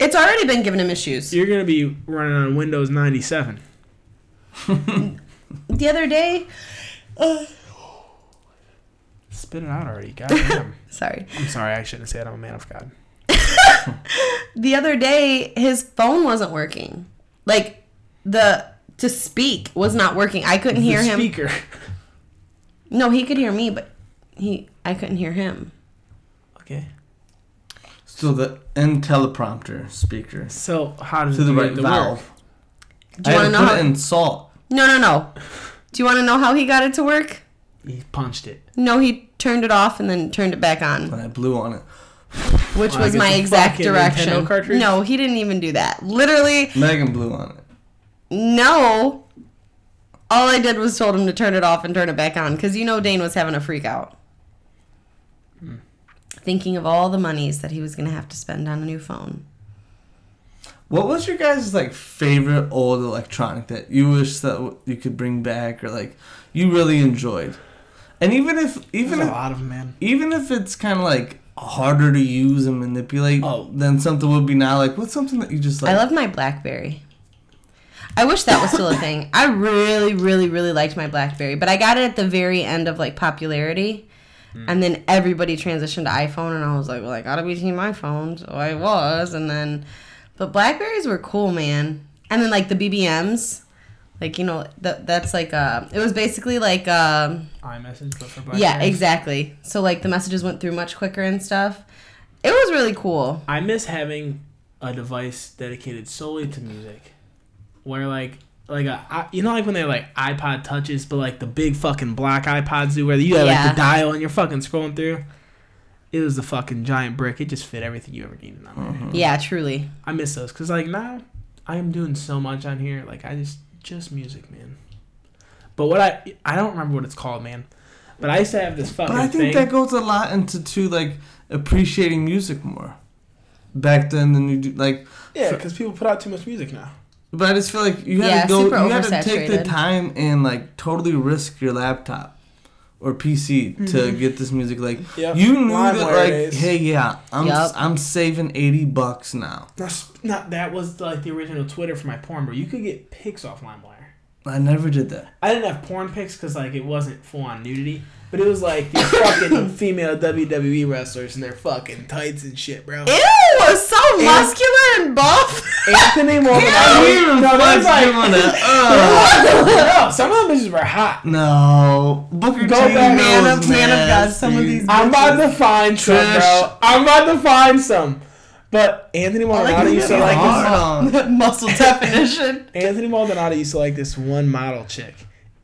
Speaker 5: It's already been giving him issues.
Speaker 3: You're gonna be running on Windows 97.
Speaker 5: The other day, uh,
Speaker 3: Spit it out already, goddamn.
Speaker 5: sorry.
Speaker 3: I'm sorry, I shouldn't say that. I'm a man of God.
Speaker 5: The other day, his phone wasn't working. Like the to speak was not working. I couldn't hear
Speaker 3: the
Speaker 5: him.
Speaker 3: Speaker.
Speaker 5: No, he could hear me, but he I couldn't hear him.
Speaker 3: Okay.
Speaker 4: so the in teleprompter speaker
Speaker 3: So how does
Speaker 4: to
Speaker 3: it
Speaker 4: the
Speaker 3: do
Speaker 4: right
Speaker 3: it to work?
Speaker 4: valve.
Speaker 5: Do you
Speaker 4: I
Speaker 5: want to know?
Speaker 4: had to put
Speaker 5: How,
Speaker 4: it in salt.
Speaker 5: no, no, no. Do you want to know how he got it to work?
Speaker 3: He punched it.
Speaker 5: No, he turned it off and then turned it back on.
Speaker 4: When I blew on it,
Speaker 5: which
Speaker 3: Like
Speaker 5: was
Speaker 3: it's
Speaker 5: my
Speaker 3: a
Speaker 5: exact
Speaker 3: fucking
Speaker 5: direction.
Speaker 3: Nintendo cartridge?
Speaker 5: No, he didn't even do that. Literally,
Speaker 4: Megan blew on it.
Speaker 5: no. All I did was told him to turn it off and turn it back on because you know Dane was having a freak out.
Speaker 3: Hmm.
Speaker 5: Thinking of all the monies that he was going to have to spend on a new phone.
Speaker 4: What was your guys' like favorite old electronic that you wish that w- you could bring back or like you really enjoyed? And even if even
Speaker 3: There's a
Speaker 4: if,
Speaker 3: lot of them, man.
Speaker 4: even if it's kind of like harder to use and manipulate,
Speaker 3: Oh.
Speaker 4: then something would be now like what's something that you just like?
Speaker 5: I love my Blackberry. I wish that was still a thing. I really, really, really liked my Blackberry, but I got it at the very end of like popularity, and then everybody transitioned to iPhone, and I was like, well, I gotta be team iPhone, so I was, and then, but Blackberries were cool, man. And then like the BBMs, like you know, th- that's like uh, it was basically like um
Speaker 3: iMessage, but for black
Speaker 5: yeah,
Speaker 3: guys.
Speaker 5: exactly. So like the messages went through much quicker and stuff. It was really cool.
Speaker 3: I miss having a device dedicated solely to music, where like like a I- you know like when they like iPod touches, but like the big fucking black iPods do, where you got like
Speaker 5: Yeah.
Speaker 3: the dial and you're fucking scrolling through. It was the fucking giant brick. It just fit everything you ever needed on there.
Speaker 4: Mm-hmm. Hmm.
Speaker 5: Yeah, truly.
Speaker 3: I miss those because like now I am doing so much on here. Like I just just music, man. But what I I don't remember what it's called, man. But I used to have this fucking.
Speaker 4: But I think
Speaker 3: thing.
Speaker 4: that goes a lot into to like appreciating music more back then than you do like.
Speaker 3: yeah, because people put out too much music now.
Speaker 4: But I just feel like you had
Speaker 5: Yeah,
Speaker 4: to go.
Speaker 5: super
Speaker 4: You had to take the
Speaker 5: oversaturated.
Speaker 4: time and like totally risk your laptop or PC to
Speaker 5: Mm-hmm.
Speaker 4: get this music. Like
Speaker 3: Yep.
Speaker 4: you knew
Speaker 3: LimeWire
Speaker 4: that, like,
Speaker 3: days.
Speaker 4: hey, yeah, I'm
Speaker 5: Yup.
Speaker 4: I'm saving eighty bucks now.
Speaker 3: That's not that was like the original Twitter for my porn, bro. You could get pics off LimeWire.
Speaker 4: I never did that.
Speaker 3: I didn't have porn pics because like it wasn't full on nudity, but it was like these fucking female WWE wrestlers and their fucking tights and shit, bro.
Speaker 5: Ew, so muscular and buff.
Speaker 3: Anthony Molinari.
Speaker 4: Even
Speaker 3: No, there's
Speaker 4: flex
Speaker 3: like,
Speaker 4: doing that. Ugh.
Speaker 3: no, some of them bitches were hot.
Speaker 4: no, Booker T.
Speaker 3: Go back,
Speaker 5: man
Speaker 4: knows
Speaker 5: of- man of God, some of
Speaker 4: nasty.
Speaker 5: these
Speaker 3: I'm about to find some,
Speaker 4: Trish.
Speaker 3: bro. I'm about to find some. But Anthony
Speaker 5: like
Speaker 3: Molinari
Speaker 5: his
Speaker 3: used to
Speaker 5: little
Speaker 3: like this.
Speaker 4: Hard on.
Speaker 5: muscle definition.
Speaker 3: Anthony Maldonado used to like this one model chick,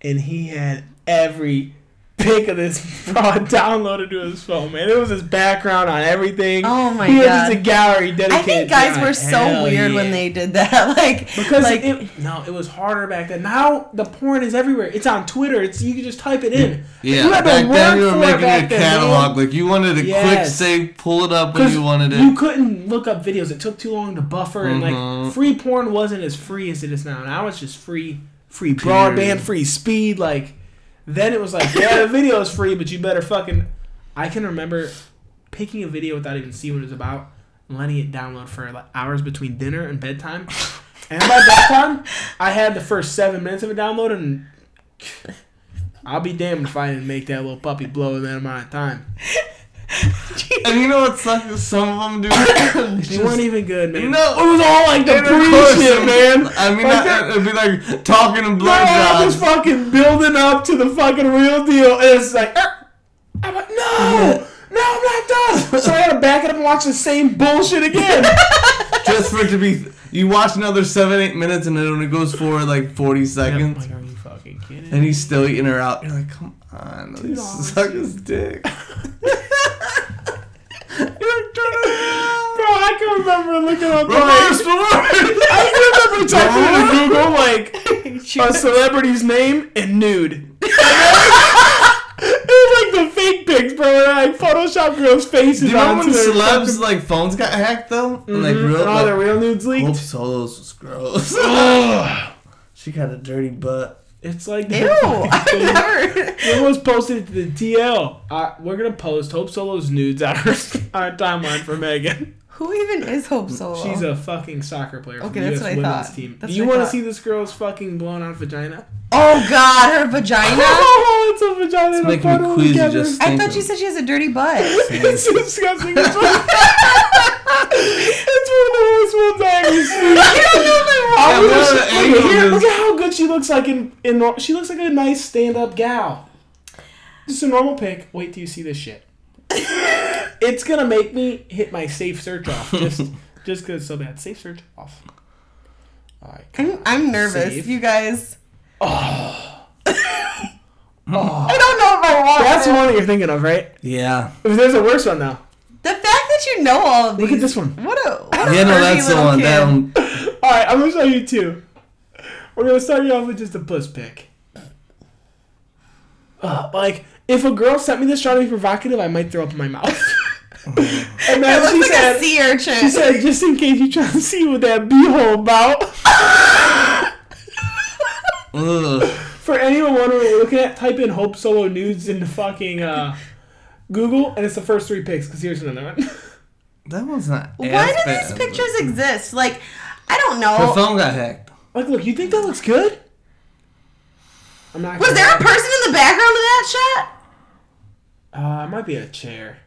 Speaker 3: and he had every pic of this fraud downloaded to his phone, man. It was his background on everything.
Speaker 5: Oh my
Speaker 3: he
Speaker 5: God.
Speaker 3: He was just a gallery
Speaker 5: I
Speaker 3: dedicated.
Speaker 5: think
Speaker 3: to
Speaker 5: guys
Speaker 3: it.
Speaker 5: were so
Speaker 3: Hell
Speaker 5: weird
Speaker 3: yeah.
Speaker 5: when they did that. Like
Speaker 3: Because
Speaker 5: like
Speaker 3: it, no, it was harder back then. Now the porn is everywhere. It's on Twitter. It's you can just type it in.
Speaker 4: Yeah,
Speaker 3: you had to
Speaker 4: back then
Speaker 3: work
Speaker 4: you were
Speaker 3: for it
Speaker 4: making a
Speaker 3: back then,
Speaker 4: catalog.
Speaker 3: man.
Speaker 4: Like you wanted a quick
Speaker 3: Yes.
Speaker 4: save, pull it up when
Speaker 3: 'Cause
Speaker 4: you wanted it.
Speaker 3: You couldn't look up videos. It took too long to buffer, and
Speaker 4: Mhm.
Speaker 3: like free porn wasn't as free as it is now. Now it's just free free broadband, free speed. Like, then it was like, yeah, the video is free, but you better fucking. I can remember picking a video without even seeing what it was about, and letting it download for like hours between dinner and bedtime. And by that time, I had the first seven minutes of it downloaded, and I'll be damned if I didn't make that little puppy blow in that amount of time.
Speaker 4: And you know what sucks? is Some of them do. It's
Speaker 3: They
Speaker 4: just-
Speaker 3: weren't even good, man.
Speaker 4: You know, it was all like the
Speaker 3: pre-shit,
Speaker 4: man. I mean,
Speaker 3: Like
Speaker 4: I-
Speaker 3: that-
Speaker 4: it'd be like talking and
Speaker 3: My ass was
Speaker 4: blowjobs.
Speaker 3: fucking building up to the fucking real deal, and it's like, "Er." I'm like, no, no, I'm not done. So I had to back it up and watch the same bullshit again.
Speaker 4: just for it to be. You watch another seven, eight minutes, and it only goes forward like forty
Speaker 3: I'm
Speaker 4: seconds,
Speaker 3: like, are you fucking kidding?
Speaker 4: and he's still eating her out. You're like, come on, at least
Speaker 3: dollars,
Speaker 4: suck his dick.
Speaker 3: Bro, I can remember looking up.
Speaker 4: Reverse,
Speaker 3: Like, I remember typing into Google like a celebrity's name and nude. it was like the fake pics, bro. where, Like Photoshop girls' faces
Speaker 4: Do you remember
Speaker 3: onto
Speaker 4: when
Speaker 3: their
Speaker 4: celebs
Speaker 3: fucking-
Speaker 4: like phones got hacked though? And like
Speaker 3: Mhm,
Speaker 4: real,
Speaker 3: and all their
Speaker 4: like,
Speaker 3: real nudes leaked.
Speaker 4: Hope Solos was gross. she got a dirty butt.
Speaker 3: It's like
Speaker 5: Ew, I've never.
Speaker 3: It was posted to the TL. Uh, we're gonna post Hope Solo's nudes on our, our timeline for Megan.
Speaker 5: Who even is Hope Solo?
Speaker 3: She's a fucking soccer player for
Speaker 5: Okay,
Speaker 3: the
Speaker 5: that's
Speaker 3: U.S.
Speaker 5: what I
Speaker 3: women's
Speaker 5: thought.
Speaker 3: team.
Speaker 5: That's
Speaker 3: Do you
Speaker 5: what I
Speaker 3: want to
Speaker 5: thought.
Speaker 3: see this girl's fucking blown out vagina?
Speaker 5: oh God, her vagina.
Speaker 3: Oh, it's a vagina in a
Speaker 4: making me
Speaker 3: bottle
Speaker 4: queasy
Speaker 3: together.
Speaker 4: just-
Speaker 5: I thought you said she has a dirty butt.
Speaker 3: It's disgusting. It's one, it's one of the worst ones I ever seen. I
Speaker 4: Yeah,
Speaker 3: was-
Speaker 4: what are the
Speaker 3: look, at here,
Speaker 4: angles?
Speaker 3: look at how good she looks like in, in nor- she looks like a nice stand up gal. Just a normal pic. Wait till you see this shit. it's gonna make me hit my safe search off. Just just cause it's so bad. Safe search off. Alright.
Speaker 5: I'm, I'm nervous,
Speaker 3: Safe.
Speaker 5: you guys.
Speaker 4: Oh.
Speaker 5: I don't know if I want
Speaker 3: That's
Speaker 5: it.
Speaker 3: the one that you're thinking of, right?
Speaker 4: Yeah.
Speaker 3: If there's a worse one though.
Speaker 5: The fact that you know all of these.
Speaker 3: Look at this one.
Speaker 5: What a what a
Speaker 4: Yeah, no,
Speaker 5: pervy
Speaker 4: that's the
Speaker 5: little
Speaker 4: one.
Speaker 5: Kid.
Speaker 4: That one.
Speaker 3: Alright, I'm gonna show you two. We're gonna start you off with just a puss pic. Uh, like, if a girl sent me this trying to be provocative, I might throw up in my mouth. and
Speaker 5: It
Speaker 3: then
Speaker 5: looks
Speaker 3: she
Speaker 5: like a
Speaker 3: said,
Speaker 5: sea urchin.
Speaker 3: she said, just in case you trying to see what that beehole about.
Speaker 4: Ugh.
Speaker 3: For anyone wondering what we're looking at, type in Hope Solo Nudes into fucking uh, Google, and it's the first three pics, because here's another one.
Speaker 4: That one's not.
Speaker 5: Why
Speaker 4: as
Speaker 5: do
Speaker 4: bad,
Speaker 5: these
Speaker 4: but- um,
Speaker 5: pictures exist? Like, I don't
Speaker 4: Her
Speaker 5: know.
Speaker 4: phone got hacked.
Speaker 3: like, look, you think that looks good? I'm not
Speaker 5: Was
Speaker 3: gonna-
Speaker 5: there a person in the background of that shot?
Speaker 3: Uh, it might be a chair.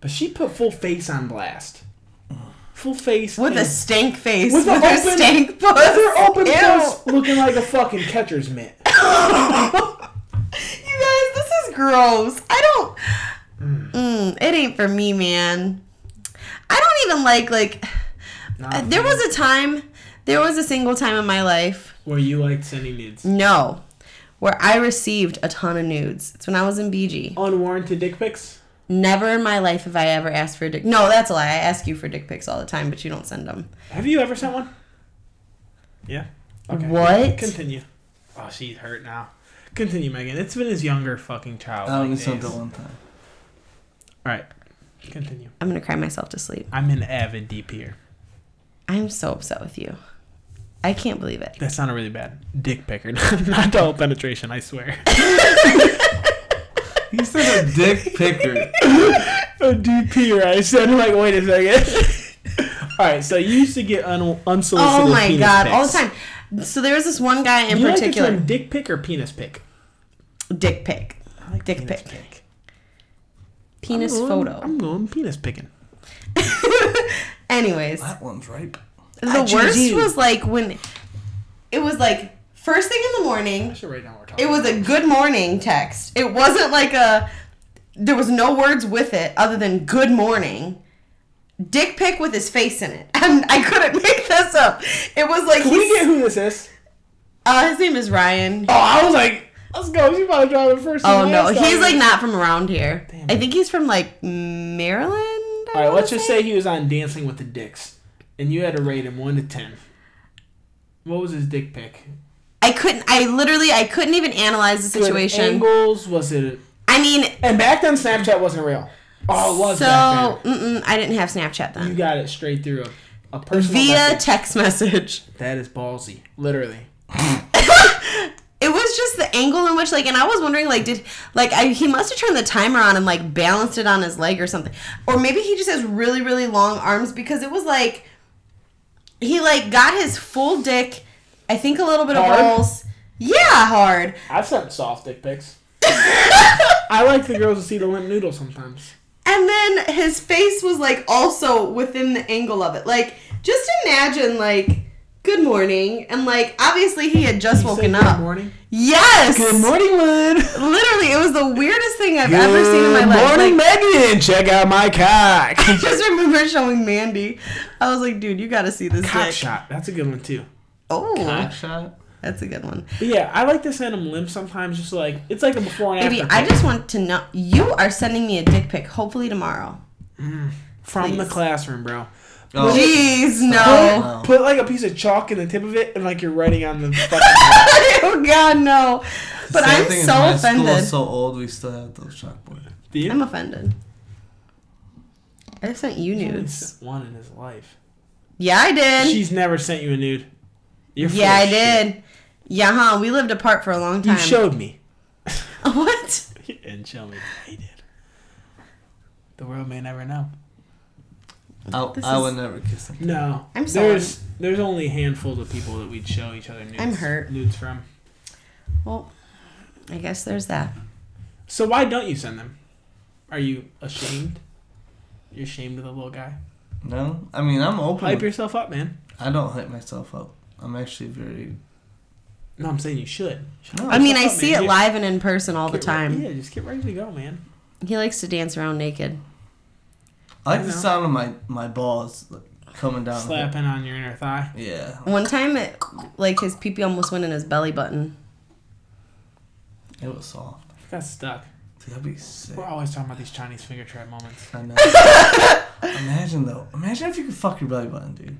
Speaker 3: But she put full face on blast. Full face.
Speaker 5: With a
Speaker 3: and-
Speaker 5: stank face.
Speaker 3: With
Speaker 5: With,
Speaker 3: a
Speaker 5: her
Speaker 3: open-
Speaker 5: stank puss.
Speaker 3: with her open
Speaker 5: Ew.
Speaker 3: face looking like a fucking catcher's mitt.
Speaker 5: You guys, this is gross. I don't. Mm, it ain't for me, man. I don't even like like. uh,
Speaker 3: Nah,
Speaker 5: There was a time. There was a single time in my life.
Speaker 3: where you like sending nudes.
Speaker 5: No. Where I received a ton of nudes. It's when I was in BG.
Speaker 3: Unwarranted dick pics.
Speaker 5: Never in my life have I ever asked for a dick. No, that's a lie. I ask you for dick pics all the time, but you don't send them.
Speaker 3: Have you ever sent one? Yeah. Okay.
Speaker 5: What?
Speaker 3: Continue. Oh, she's hurt now. Continue, Megan. It's been his younger fucking child.
Speaker 4: I only sent that one time.
Speaker 3: All right. Continue.
Speaker 5: I'm gonna cry myself to sleep.
Speaker 3: I'm an avid deep here.
Speaker 5: I'm so upset with you. I can't believe it.
Speaker 3: That sounded really bad. Dick picker, not double penetration. I swear.
Speaker 4: He said a dick picker.
Speaker 3: a DP, right? So I'm like, wait a second. All right, so you used to get un- unsolicited.
Speaker 5: Oh my
Speaker 3: penis
Speaker 5: god,
Speaker 3: pics.
Speaker 5: all the time. So there was this one guy in
Speaker 3: you
Speaker 5: particular.
Speaker 3: like the term dick pic or penis pic?
Speaker 5: dick pic.
Speaker 3: I like
Speaker 5: Dick
Speaker 3: penis
Speaker 5: pic. Penis
Speaker 3: I'm going-
Speaker 5: photo.
Speaker 3: I'm going penis picking.
Speaker 5: Anyways,
Speaker 4: that one's ripe.
Speaker 5: the
Speaker 3: choose
Speaker 5: worst
Speaker 3: you.
Speaker 5: was like when it was like first thing in the
Speaker 3: I
Speaker 5: morning.
Speaker 3: should write down what we're talking.
Speaker 5: It was a good morning text. It wasn't like a there was no words with it other than good morning. Dick pic with his face in it. And I couldn't make this up. It was like
Speaker 3: Can we
Speaker 5: he's,
Speaker 3: get who this is?
Speaker 5: uh, his name is Ryan.
Speaker 3: Oh, I was like, let's go. She probably driving first.
Speaker 5: Oh
Speaker 3: and
Speaker 5: no,
Speaker 3: last
Speaker 5: he's
Speaker 3: time.
Speaker 5: like not from around here.
Speaker 3: Damn
Speaker 5: I
Speaker 3: it.
Speaker 5: think he's from like Maryland. I
Speaker 3: All right,
Speaker 5: wanna
Speaker 3: let's just say he was on Dancing with the Dicks, and you had to rate him one to ten. What was his dick pic?
Speaker 5: I couldn't. I literally, I couldn't even analyze the
Speaker 3: Good
Speaker 5: situation.
Speaker 3: Angles? Was it?
Speaker 5: I mean,
Speaker 3: And back then, Snapchat wasn't real. Oh, it was
Speaker 5: so
Speaker 3: back then.
Speaker 5: mm-mm, I didn't have Snapchat
Speaker 3: You
Speaker 5: then.
Speaker 3: got it straight through a, a personal
Speaker 5: Via
Speaker 3: message.
Speaker 5: text message.
Speaker 3: that is ballsy, literally.
Speaker 5: it was just the angle in which like and i was wondering like did like I, he must have turned the timer on and like balanced it on his leg or something or maybe he just has really really long arms because it was like he like got his full dick i think a little bit
Speaker 3: Hard?
Speaker 5: of balls yeah hard
Speaker 3: I've sent soft dick pics. I like the girls to see the limp noodle sometimes.
Speaker 5: and then his face was like also within the angle of it like just imagine like good morning and like obviously he had just woken
Speaker 3: Good
Speaker 5: up
Speaker 3: morning.
Speaker 5: yes
Speaker 3: morning, Lynn.
Speaker 5: literally it was the weirdest thing i've ever seen in my life Like,
Speaker 3: Megan. Check out my cock.
Speaker 5: I just remember showing Mandy. I was like, dude, you gotta see this
Speaker 3: Cock
Speaker 5: dick.
Speaker 3: shot. That's a good one too.
Speaker 5: Oh,
Speaker 4: shot.
Speaker 5: that's a good one.
Speaker 3: But yeah, I like to send them limp sometimes. Just like it's like a before and
Speaker 5: Baby,
Speaker 3: after.
Speaker 5: I
Speaker 3: pic
Speaker 5: just want to know. You are sending me a dick pic, hopefully tomorrow.
Speaker 3: from the
Speaker 5: please.
Speaker 3: classroom, bro.
Speaker 4: Oh.
Speaker 5: Jeez, no.
Speaker 4: Oh.
Speaker 3: Put like a piece of chalk in the tip of it and like you're writing on the fucking.
Speaker 5: oh God, no. But
Speaker 4: Same
Speaker 5: I'm
Speaker 4: thing in
Speaker 5: so
Speaker 4: high
Speaker 5: offended.
Speaker 4: School, so old, we still have those chalkboards.
Speaker 3: Dude,
Speaker 5: I'm offended. I sent you
Speaker 3: he's only
Speaker 5: nudes.
Speaker 3: sent one in his life.
Speaker 5: Yeah, I did.
Speaker 3: She's never sent you a nude. You're full
Speaker 5: yeah, I
Speaker 3: of shit.
Speaker 5: did. Yeah, huh? We lived apart for a long time.
Speaker 3: You showed me.
Speaker 5: what?
Speaker 3: and show me that he did. The world may never know.
Speaker 4: I,
Speaker 5: This
Speaker 4: I
Speaker 5: is-
Speaker 4: would never kiss them.
Speaker 3: No,
Speaker 5: I'm sorry.
Speaker 3: there's there's only handfuls of people that we'd show each other nudes,
Speaker 5: I'm hurt.
Speaker 3: nudes from.
Speaker 5: Well, I guess there's that.
Speaker 3: So why don't you send them? Are you ashamed? You're ashamed of the little guy.
Speaker 4: No, I mean I'm open.
Speaker 3: Hype
Speaker 4: with-
Speaker 3: yourself up, man.
Speaker 4: I don't hype myself up. I'm actually very.
Speaker 3: No, I'm saying you should. Shut
Speaker 4: No,
Speaker 3: up.
Speaker 5: I mean, I
Speaker 3: Shut up,
Speaker 5: see
Speaker 3: man.
Speaker 5: it
Speaker 3: Get-
Speaker 5: live and in person all the
Speaker 3: get re-
Speaker 5: time.
Speaker 3: yeah, just get ready to go, man.
Speaker 5: He likes to dance around naked.
Speaker 4: I like
Speaker 3: I
Speaker 4: the
Speaker 3: know.
Speaker 4: sound of my my balls like, coming down.
Speaker 3: Slapping on your inner thigh.
Speaker 4: Yeah.
Speaker 5: One time, it, like his pee pee almost went in his belly button.
Speaker 4: It was soft.
Speaker 3: Got stuck.
Speaker 4: Dude, that'd be sick.
Speaker 3: We're always talking about these Chinese finger trap moments.
Speaker 4: I know. Imagine though. Imagine if you could fuck your belly button, dude.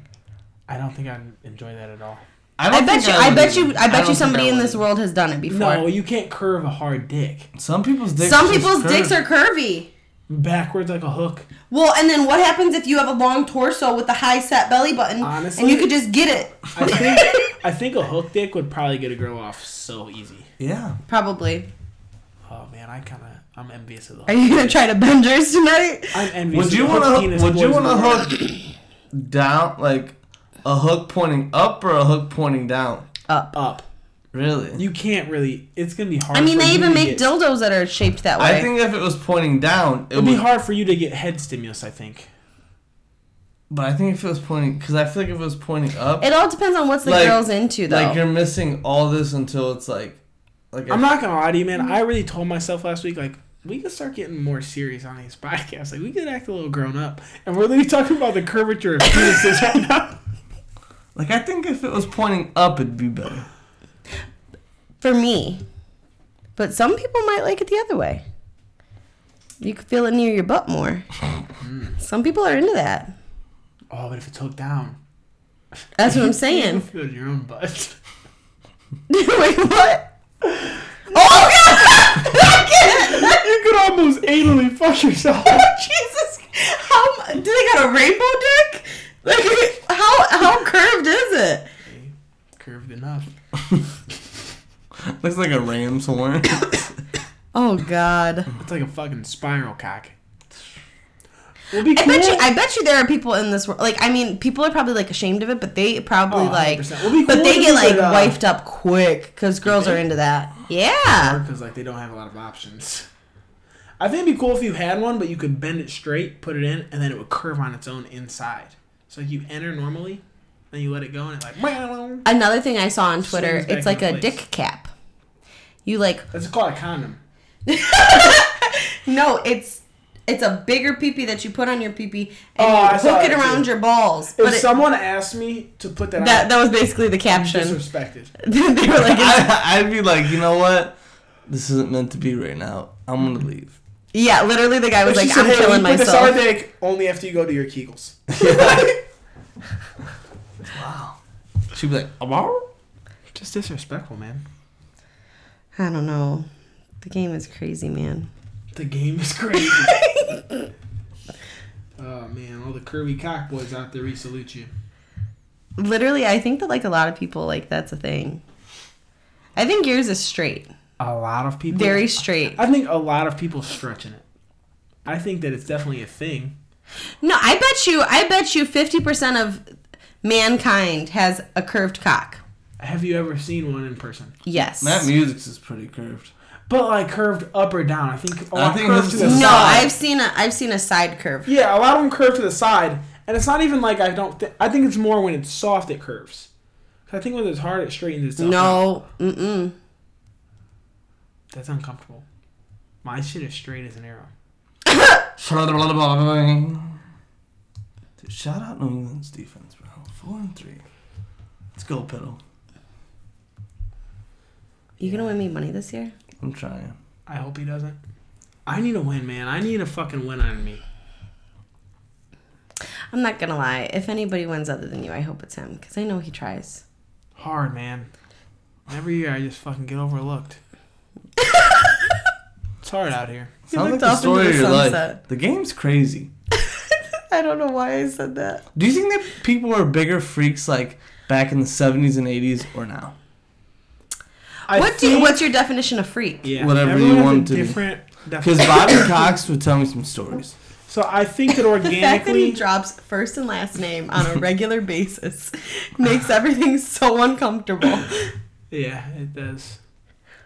Speaker 3: I don't think I'd enjoy that at all.
Speaker 5: I,
Speaker 4: don't
Speaker 5: bet
Speaker 4: think
Speaker 5: you. I
Speaker 4: would
Speaker 5: bet
Speaker 4: either.
Speaker 5: you. I
Speaker 4: don't
Speaker 5: bet you
Speaker 4: think
Speaker 5: somebody in
Speaker 4: would
Speaker 5: this
Speaker 4: either.
Speaker 5: world has done it
Speaker 3: No,
Speaker 5: before.
Speaker 3: you can't curve a hard dick.
Speaker 4: Some people's dicks.
Speaker 5: Some
Speaker 4: just
Speaker 5: people's dicks are
Speaker 4: curve.
Speaker 5: curvy.
Speaker 3: Backwards like a hook.
Speaker 5: Well, and then what happens if you have a long torso with a high set belly button, and
Speaker 3: Honestly-
Speaker 5: you could just get it?
Speaker 3: I think I think a hook dick would probably get a girl off so easy.
Speaker 4: Yeah.
Speaker 5: Probably.
Speaker 3: Oh man, I kind of I'm envious of the.
Speaker 5: Are you gonna try to bend yours tonight?
Speaker 3: I'm envious.
Speaker 4: Would you
Speaker 3: want to?
Speaker 4: want to? Would you want to hook down like a hook pointing up or a hook pointing down?
Speaker 5: Up.
Speaker 3: up?
Speaker 4: Really?
Speaker 3: You can't really. It's gonna be hard.
Speaker 5: Uh, I mean,
Speaker 3: for
Speaker 5: they
Speaker 3: you
Speaker 5: even
Speaker 3: to
Speaker 5: make
Speaker 3: get-
Speaker 5: dildos that are shaped that way.
Speaker 4: I think if it was pointing down, it
Speaker 3: It'd
Speaker 4: would.
Speaker 3: be hard for you to get head stimulus. I think.
Speaker 4: But I think if it was pointing, because I feel like if it was pointing up,
Speaker 5: it all depends on what's the
Speaker 4: Like-
Speaker 5: girl's into, though.
Speaker 4: like you're missing all this until it's like, like
Speaker 3: I'm not gonna lie to you, man.
Speaker 5: Mm-hmm.
Speaker 3: I really told myself last week, like. We could start getting more serious on these podcasts. Like we could act a little grown up, and we're literally talking about the curvature of penises right now.
Speaker 4: like I think if it was pointing up, it'd be better.
Speaker 5: for me. But some people might like it the other way. You could feel it near your butt more. some people are into that.
Speaker 3: Oh, but if it's hooked down,
Speaker 5: That's what I'm
Speaker 3: you
Speaker 5: saying.
Speaker 3: feel your own butt.
Speaker 5: Wait, what? Oh god! I can't.
Speaker 3: you could almost anally fuck yourself.
Speaker 5: Jesus, how m- do they got a rainbow dick? Like how how curved is it?
Speaker 3: Curved enough.
Speaker 4: Looks like a ram's horn.
Speaker 5: Oh god!
Speaker 3: It's like a fucking spiral cock. It'll be
Speaker 5: I
Speaker 3: cool.
Speaker 5: bet you I bet you there are people in this world. Like I mean, people are probably like ashamed of it, but they probably
Speaker 3: Oh,
Speaker 5: like.
Speaker 3: 100%. It'll be
Speaker 5: But
Speaker 3: cool
Speaker 5: they
Speaker 3: to
Speaker 5: get
Speaker 3: do
Speaker 5: like
Speaker 3: it, uh,
Speaker 5: wifed up quick because girls are into that. Yeah.
Speaker 3: because like they don't have a lot of options. I think it'd be cool if you had one, but you could bend it straight, put it in, and then it would curve on its own inside. So like, you enter normally, then you let it go, and it like meow.
Speaker 5: Another thing I saw on Twitter,
Speaker 3: Swings back
Speaker 5: it's like a
Speaker 3: into place.
Speaker 5: dick cap. You like
Speaker 3: that's called a condom.
Speaker 5: no, it's it's a bigger peepee that you put on your peepee
Speaker 3: Oh,
Speaker 5: and
Speaker 3: I
Speaker 5: you
Speaker 3: saw
Speaker 5: hook it
Speaker 3: that,
Speaker 5: around
Speaker 3: too.
Speaker 5: your balls.
Speaker 3: If
Speaker 5: But it,
Speaker 3: someone asked me to put that,
Speaker 5: that
Speaker 3: on,
Speaker 5: that was basically the
Speaker 3: I'm
Speaker 5: caption.
Speaker 3: disrespected.
Speaker 5: they were like, it's-
Speaker 4: I, I'd be like, you know what? This isn't meant to be right now. I'm gonna leave.
Speaker 5: yeah, literally the guy was
Speaker 3: She
Speaker 5: like,
Speaker 3: said,
Speaker 5: I'm
Speaker 3: "Hey, you
Speaker 5: killing
Speaker 3: put this on
Speaker 5: myself.
Speaker 3: our dick only after you go to your Kegels.
Speaker 4: She'd be like, "Wow."
Speaker 3: Just disrespectful, man.
Speaker 5: I don't know. The game is crazy, man.
Speaker 3: The game is crazy. oh man, all the curvy cock boys out there, we salute you.
Speaker 5: Literally, I think that like a lot of people like that's a thing. I think yours is straight.
Speaker 3: A lot of people.
Speaker 5: Very straight.
Speaker 3: I think a lot of people stretching it. I think that it's definitely a thing.
Speaker 5: No, I bet you I bet you 50% of mankind has a curved cock.
Speaker 3: Have you ever seen one in person?
Speaker 5: Yes.
Speaker 4: That music's is pretty curved.
Speaker 3: But like curved up or down. I think a
Speaker 4: I
Speaker 3: lot
Speaker 4: think
Speaker 3: curved
Speaker 4: this
Speaker 3: to
Speaker 4: is
Speaker 3: the
Speaker 4: a
Speaker 5: no,
Speaker 3: side.
Speaker 5: I've seen a I've seen a side curve.
Speaker 3: Yeah, a lot of them curve to the side, and it's not even like I don't. Th- I think it's more when it's soft it curves. 'Cause I think when it's hard it straightens itself. out.
Speaker 5: No. Mm-mm.
Speaker 3: that's uncomfortable. My shit is straight as an arrow.
Speaker 4: Dude, shout out New England's defense, bro. Four and three. Let's go, Piddle.
Speaker 5: You gonna win me money this year?
Speaker 4: I'm trying.
Speaker 3: I hope he doesn't. I need a win, man. I need a fucking win on me.
Speaker 5: I'm not gonna lie. If anybody wins other than you, I hope it's him because I know he tries.
Speaker 3: Hard, man. Every year I just fucking get overlooked. it's hard out here.
Speaker 5: He
Speaker 4: Sounds like
Speaker 5: looked
Speaker 4: the
Speaker 5: off into
Speaker 4: story
Speaker 5: the
Speaker 4: of your life.
Speaker 5: sunset.
Speaker 4: The game's crazy.
Speaker 5: I don't know why I said that.
Speaker 4: Do you think that people were bigger freaks like back in the 70s and 80s or now?
Speaker 3: I
Speaker 5: what do? You, what's your definition of freak?
Speaker 3: yeah,
Speaker 4: whatever you
Speaker 3: everyone has
Speaker 4: want
Speaker 3: a
Speaker 4: to be.
Speaker 3: different
Speaker 4: Because
Speaker 3: definition.
Speaker 4: Bobby Cox would tell me some stories.
Speaker 3: So I think that
Speaker 5: The fact that he
Speaker 3: organically,
Speaker 5: drops first and last name on a regular basis makes everything so uncomfortable.
Speaker 3: yeah, it does.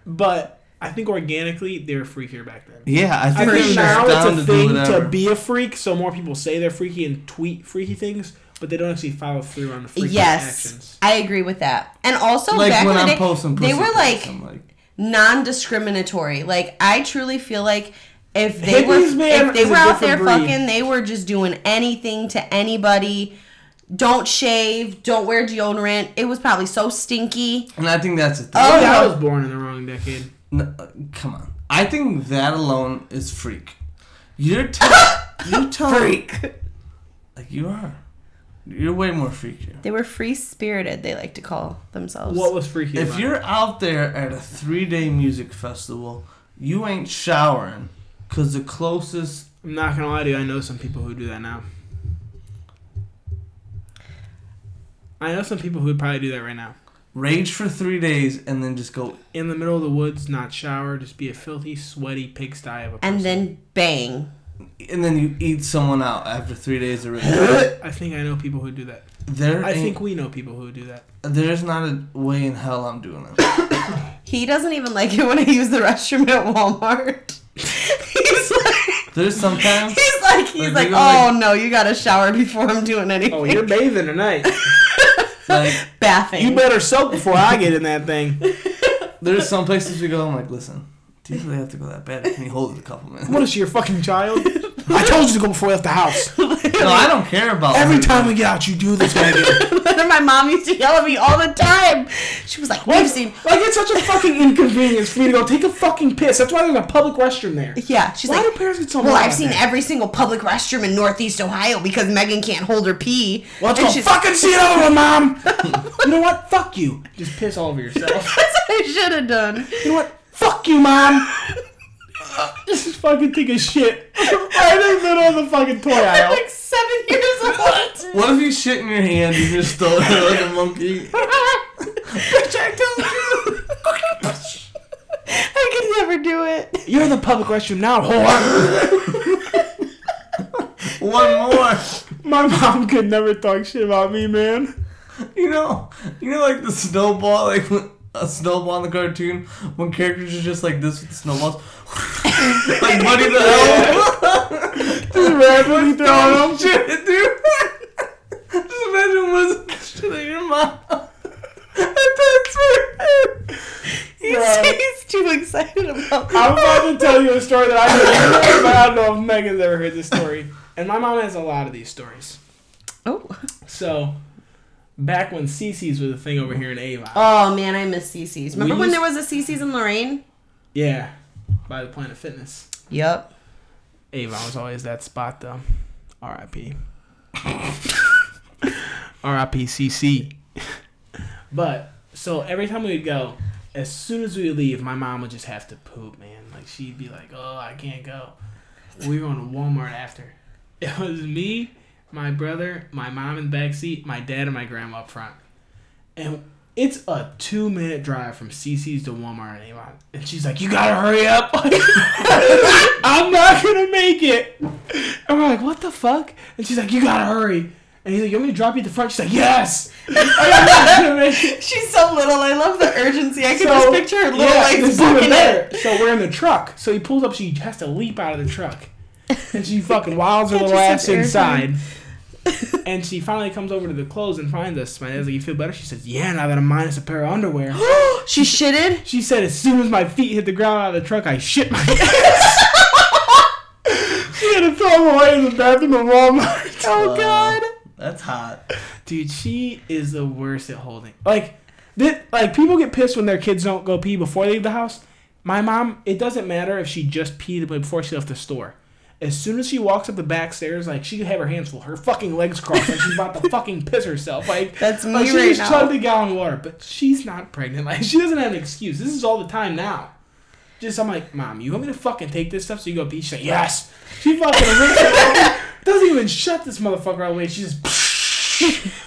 Speaker 3: But I think organically they're freakier back then.
Speaker 4: Yeah, I
Speaker 3: I
Speaker 4: think
Speaker 5: For
Speaker 4: they were
Speaker 3: think
Speaker 4: just
Speaker 5: sure.
Speaker 3: now
Speaker 4: down
Speaker 3: it's a
Speaker 4: to do
Speaker 3: thing
Speaker 4: whatever.
Speaker 3: to be a freak, so more people say they're freaky and tweet freaky things, but they don't actually follow through on the freaky
Speaker 5: yes,
Speaker 3: actions.
Speaker 5: I agree with that. And also
Speaker 4: like
Speaker 5: back
Speaker 4: when
Speaker 5: in the
Speaker 4: I'm
Speaker 5: day,
Speaker 4: posting
Speaker 5: they
Speaker 4: pussy
Speaker 5: were
Speaker 4: pics,
Speaker 5: like
Speaker 4: I'm like
Speaker 5: non-discriminatory. Like I truly feel like if they
Speaker 3: Hippies,
Speaker 5: were
Speaker 3: man,
Speaker 5: if they
Speaker 3: is a
Speaker 5: were out there
Speaker 3: different breed.
Speaker 5: fucking, they were just doing anything to anybody. Don't shave. Don't wear deodorant. It was probably so stinky.
Speaker 4: and I think that's a thing.
Speaker 5: Oh,
Speaker 3: Yeah, I
Speaker 5: no.
Speaker 3: was born in the wrong decade.
Speaker 4: No, uh, come on. I think that alone is freak. You're telling you telling like you are. You're way more freakier.
Speaker 5: They were free spirited. They like to call themselves.
Speaker 3: What was freaky?
Speaker 4: If
Speaker 3: about
Speaker 4: you're out there at a three day music festival, you ain't showering because the closest
Speaker 3: I'm not gonna lie to you. I know some people who do that now. I know some people who would probably do that right now.
Speaker 4: rage for three days and then just go.
Speaker 3: In the middle of the woods, not shower, just be a filthy, sweaty pigsty of a person.
Speaker 5: and then bang.
Speaker 4: And then you eat someone out after three days of rage.
Speaker 3: I think I know people who do that.
Speaker 4: There
Speaker 3: I think
Speaker 4: ain't,
Speaker 3: we know people who do that.
Speaker 4: there's not a way in hell I'm doing it.
Speaker 5: He doesn't even like it when I use the restroom at Walmart. he's like,
Speaker 4: There's sometimes
Speaker 5: he's like, he's
Speaker 4: Like,
Speaker 5: like,
Speaker 4: you
Speaker 5: oh
Speaker 4: like-
Speaker 5: no, you gotta shower before I'm doing anything.
Speaker 3: Oh, you're bathing tonight.
Speaker 4: like
Speaker 5: bathing.
Speaker 3: You better soak before I get in that thing.
Speaker 4: there's some places we go. I'm like, listen, do you really have to go that bad? Can you hold it a couple minutes?
Speaker 3: What is she, your fucking child? I told you to go before we left the house.
Speaker 4: No, I don't care about
Speaker 3: Every
Speaker 4: her.
Speaker 3: time we get out, you do this, baby.
Speaker 5: And my mom used to yell at me all the time. She was like, "We've seen."
Speaker 3: Like, it's such a fucking inconvenience for me to go take a fucking piss. That's why there's a public restroom there.
Speaker 5: Yeah, she's
Speaker 3: Why
Speaker 5: like,
Speaker 3: do parents get so
Speaker 5: "Well,
Speaker 3: mad
Speaker 5: I've
Speaker 3: at
Speaker 5: seen
Speaker 3: that?
Speaker 5: every single public restroom in Northeast Ohio because Megan can't hold her pee."
Speaker 3: Well, let's
Speaker 5: And
Speaker 3: go
Speaker 5: she's-
Speaker 3: fucking see another one, mom. you know what? Fuck you. Just piss all over yourself.
Speaker 5: That's what I should have done.
Speaker 3: You know what? Fuck you, mom. Just fucking take a shit right in the middle of the fucking toy
Speaker 5: I'm
Speaker 3: aisle.
Speaker 5: like seven years old.
Speaker 4: What if you shit in your hand and you're still like a monkey?
Speaker 5: Bitch, I told you. I could never do it.
Speaker 3: You're in the public restroom now, whore.
Speaker 4: One more.
Speaker 3: My mom could never talk shit about me, man.
Speaker 4: You know, you know, like the snowball, like a snowball in the cartoon when characters are just like this with the snowballs, like Buddy the Elf.
Speaker 3: Just randomly throwing them.
Speaker 4: Shit, dude. Just imagine what's shit at your mom. That's right.
Speaker 3: Bro.
Speaker 5: He's, he's too excited about
Speaker 3: I'm about to tell you a story that I heard, but I don't know if Megan's ever heard this story. And my mom has a lot of these stories.
Speaker 5: Oh.
Speaker 3: So, back when CC's was a thing over here in Avon.
Speaker 5: Oh man, I miss CC's. Remember
Speaker 3: We
Speaker 5: when
Speaker 3: used-
Speaker 5: there was a CC's in Lorraine?
Speaker 3: Yeah, by the Planet Fitness.
Speaker 5: Yep.
Speaker 3: Avon was always that spot, though. R.I.P. R.I.P. CC. but so every time we would go, as soon as we would leave, my mom would just have to poop, man. Like she'd be like, "Oh, I can't go." We were going to Walmart after. It was me, my brother, my mom in the back seat, my dad, and my grandma up front. And It's a two minute drive from CC's to Walmart and Avon. And she's like, You gotta hurry up. I'm not gonna make it. And we're like, What the fuck? And she's like, You gotta hurry. And he's like, You want me to drop you at the front? She's like, Yes! I'm not gonna make it.
Speaker 5: She's so little. I love the urgency. I can
Speaker 3: So,
Speaker 5: just picture her little
Speaker 3: yeah, this
Speaker 5: legs
Speaker 3: is even
Speaker 5: bucking
Speaker 3: better.
Speaker 5: it.
Speaker 3: So we're in the truck. So he pulls up. She has to leap out of the truck, and she fucking wilds her
Speaker 5: That's
Speaker 3: little ass
Speaker 5: just such air
Speaker 3: inside. and she finally comes over to the clothes and finds us. My dad's like, "You feel better?" She says, "Yeah." Now that I'm minus a pair of underwear,
Speaker 5: she shitted.
Speaker 3: she said, "As soon as my feet hit the ground out of the truck, I shit my ass." she had to throw them away in the bathroom at Walmart. Oh
Speaker 4: God. That's hot.
Speaker 3: dude, she is the worst at holding. Like, th- like people get pissed when their kids don't go pee before they leave the house. My mom, it doesn't matter if she just peed before she left the store. As soon as she walks up the back stairs, like she could have her hands full, her fucking legs crossed, like she's about to fucking piss herself. Like
Speaker 5: That's me
Speaker 3: like, she
Speaker 5: right
Speaker 3: just
Speaker 5: now.
Speaker 3: chugged a gallon of water, but she's not pregnant. Like she doesn't have an excuse. This is all the time now. Just I'm like, mom, you want me to fucking take this stuff so you go pee? She's like, yes. She fucking rips it open, doesn't even shut this motherfucker away. She just,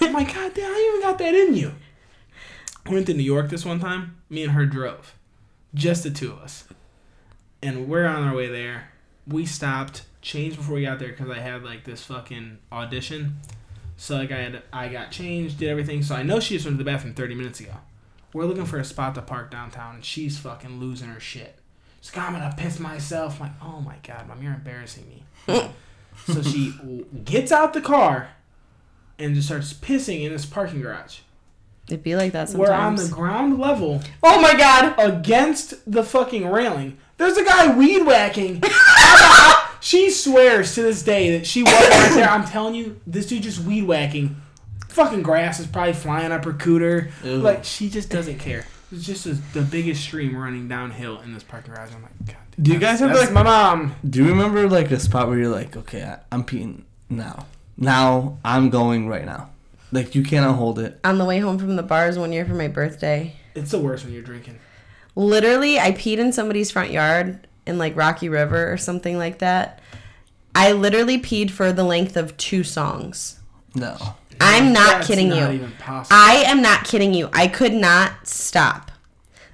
Speaker 3: I'm like, god damn, how you even got that in you? We went to New York this one time. Me and her drove, just the two of us, and we're on our way there. We stopped, changed before we got there because I had like this fucking audition. So like I had, I got changed, did everything. So I know she just went to the bathroom 30 minutes ago. We're looking for a spot to park downtown, and she's fucking losing her shit. She's like, I'm gonna piss myself. I'm like, oh my god, mom, you're embarrassing me. so she w- gets out the car and just starts pissing in this parking garage.
Speaker 5: It'd be like that
Speaker 3: We're on the ground level
Speaker 5: oh my god.
Speaker 3: against the fucking railing. There's a guy weed whacking. she swears to this day that she wasn't right there. I'm telling you, this dude just weed whacking. Fucking grass is probably flying up her cooter.
Speaker 4: Ew.
Speaker 3: Like she just doesn't care. It's just a, the biggest stream running downhill in this parking garage. I'm like, God. Dude,
Speaker 4: Do you guys have
Speaker 3: that's
Speaker 4: like?
Speaker 3: my mom.
Speaker 4: Do you remember like a spot where you're like, okay, I, I'm peeing now. Now I'm going right now. Like you cannot hold it.
Speaker 5: On the way home from the bars one year for my birthday,
Speaker 3: It's the worst when you're drinking.
Speaker 5: literally I peed in somebody's front yard in like Rocky River or something like that. I literally peed for the length of two songs.
Speaker 4: No.
Speaker 5: I'm not
Speaker 3: That's
Speaker 5: kidding
Speaker 3: not
Speaker 5: you.
Speaker 3: Even possible.
Speaker 5: I am not kidding you. I could not stop.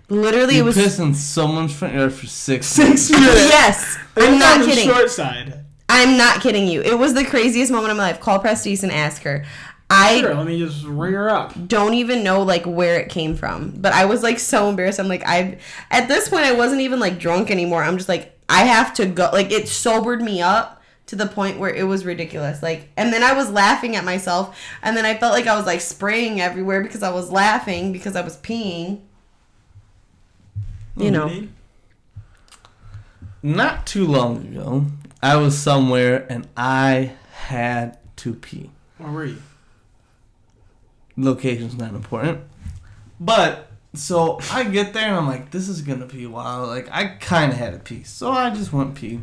Speaker 5: Literally,
Speaker 4: You
Speaker 5: it was
Speaker 4: piss in someone's front yard for six. Six minutes.
Speaker 5: yes.
Speaker 3: It
Speaker 5: I'm
Speaker 3: was
Speaker 5: not
Speaker 3: on
Speaker 5: kidding.
Speaker 3: The short side.
Speaker 5: I'm not kidding you. It was the craziest moment of my life. Call Prestige and ask her. I
Speaker 3: Sure, let me just ring her up.
Speaker 5: don't even know like where it came from, but I was like so embarrassed. I'm like I at this point I wasn't even like drunk anymore. I'm just like I have to go. Like it sobered me up to the point where it was ridiculous. Like and then I was laughing at myself and then I felt like I was like spraying everywhere because I was laughing because I was peeing. You
Speaker 3: Mm-hmm.
Speaker 5: know.
Speaker 4: Not too long ago, I was somewhere and I had to pee.
Speaker 3: Where were you?
Speaker 4: location's not important. But so I get there and I'm like, this is gonna be wild. Like I kind of had a pee, so I just went pee.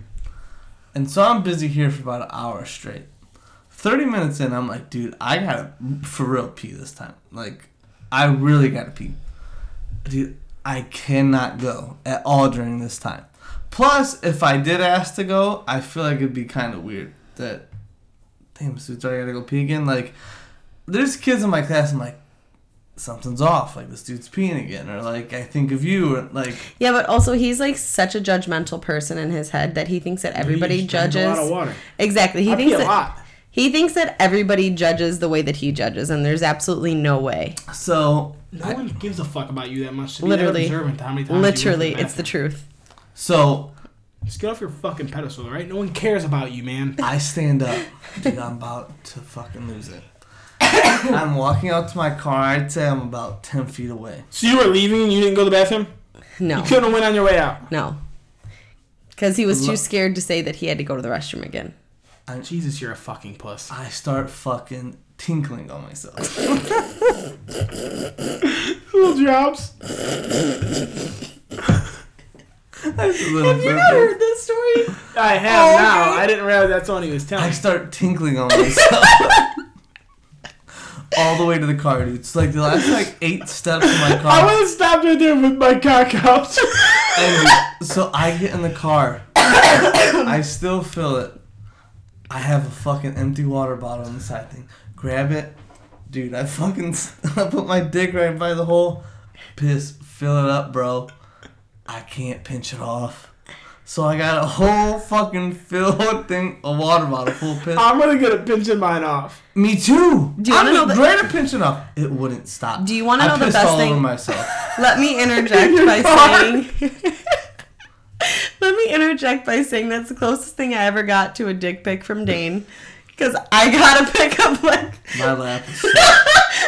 Speaker 4: And so I'm busy here for about an hour straight. Thirty minutes in, I'm like, dude, I gotta for real pee this time. Like, I really gotta pee. Dude, I cannot go at all during this time. Plus, if I did ask to go, I feel like it'd be kind of weird that, damn, suits, I gotta go pee again. Like, there's kids in my class. I'm like, something's off. Like this dude's peeing again, or like I think of you, or like
Speaker 5: Yeah, but also he's like such a judgmental person in his head that he thinks that everybody
Speaker 3: You just drank
Speaker 5: judges.
Speaker 3: A lot of water.
Speaker 5: Exactly. He
Speaker 3: I pee
Speaker 5: thinks
Speaker 3: a
Speaker 5: that
Speaker 3: lot.
Speaker 5: he thinks that everybody judges the way that he judges, and there's absolutely no way.
Speaker 4: so.
Speaker 3: No
Speaker 4: I-
Speaker 3: one gives a fuck about you that much. To
Speaker 5: Literally.
Speaker 3: be that observant to how many times
Speaker 5: Literally,
Speaker 3: you
Speaker 5: it's the truth.
Speaker 4: so
Speaker 3: Just get off your fucking pedestal, all right? No one cares about you, man.
Speaker 4: I stand up, dude. I'm about to fucking lose it. I'm walking out to my car. I'd say I'm about ten feet away.
Speaker 3: So you were leaving and you didn't go to the bathroom?
Speaker 5: No,
Speaker 3: You couldn't have went on your way out.
Speaker 5: no, because he was
Speaker 4: Lo-
Speaker 5: too scared to say that he had to go to the restroom again.
Speaker 3: Jesus, you're a fucking puss.
Speaker 4: I start fucking tinkling on myself.
Speaker 3: Little drops.
Speaker 4: Little bit.
Speaker 5: heard this story?
Speaker 3: I have
Speaker 5: Oh,
Speaker 3: now.
Speaker 5: okay.
Speaker 3: I didn't realize that's what he was
Speaker 4: I
Speaker 3: telling. me.
Speaker 4: start tinkling on myself. All the way to the car, dude. It's like the last like eight steps of my car.
Speaker 3: I would have stopped right there with my cock out.
Speaker 4: And so I get in the car. I still feel it. I have a fucking empty water bottle on the side thing. Grab it, Dude, I fucking s- I put my dick right by the hole, piss, fill it up, bro. I can't pinch it off. So I got a whole fucking filled thing, a water bottle full of piss.
Speaker 3: I'm really good at pinching mine off.
Speaker 4: Me too.
Speaker 5: Do you wanna
Speaker 4: I'm
Speaker 5: know the-
Speaker 4: great at pinching up. It wouldn't stop.
Speaker 5: Do you wanna
Speaker 4: I
Speaker 5: know the
Speaker 4: pissed
Speaker 5: best
Speaker 4: all over
Speaker 5: thing?
Speaker 4: myself.
Speaker 5: Let me interject by saying. Let me interject by saying that's the closest thing I ever got to a dick pic from Dane, because I got a pickup like.
Speaker 4: my lap.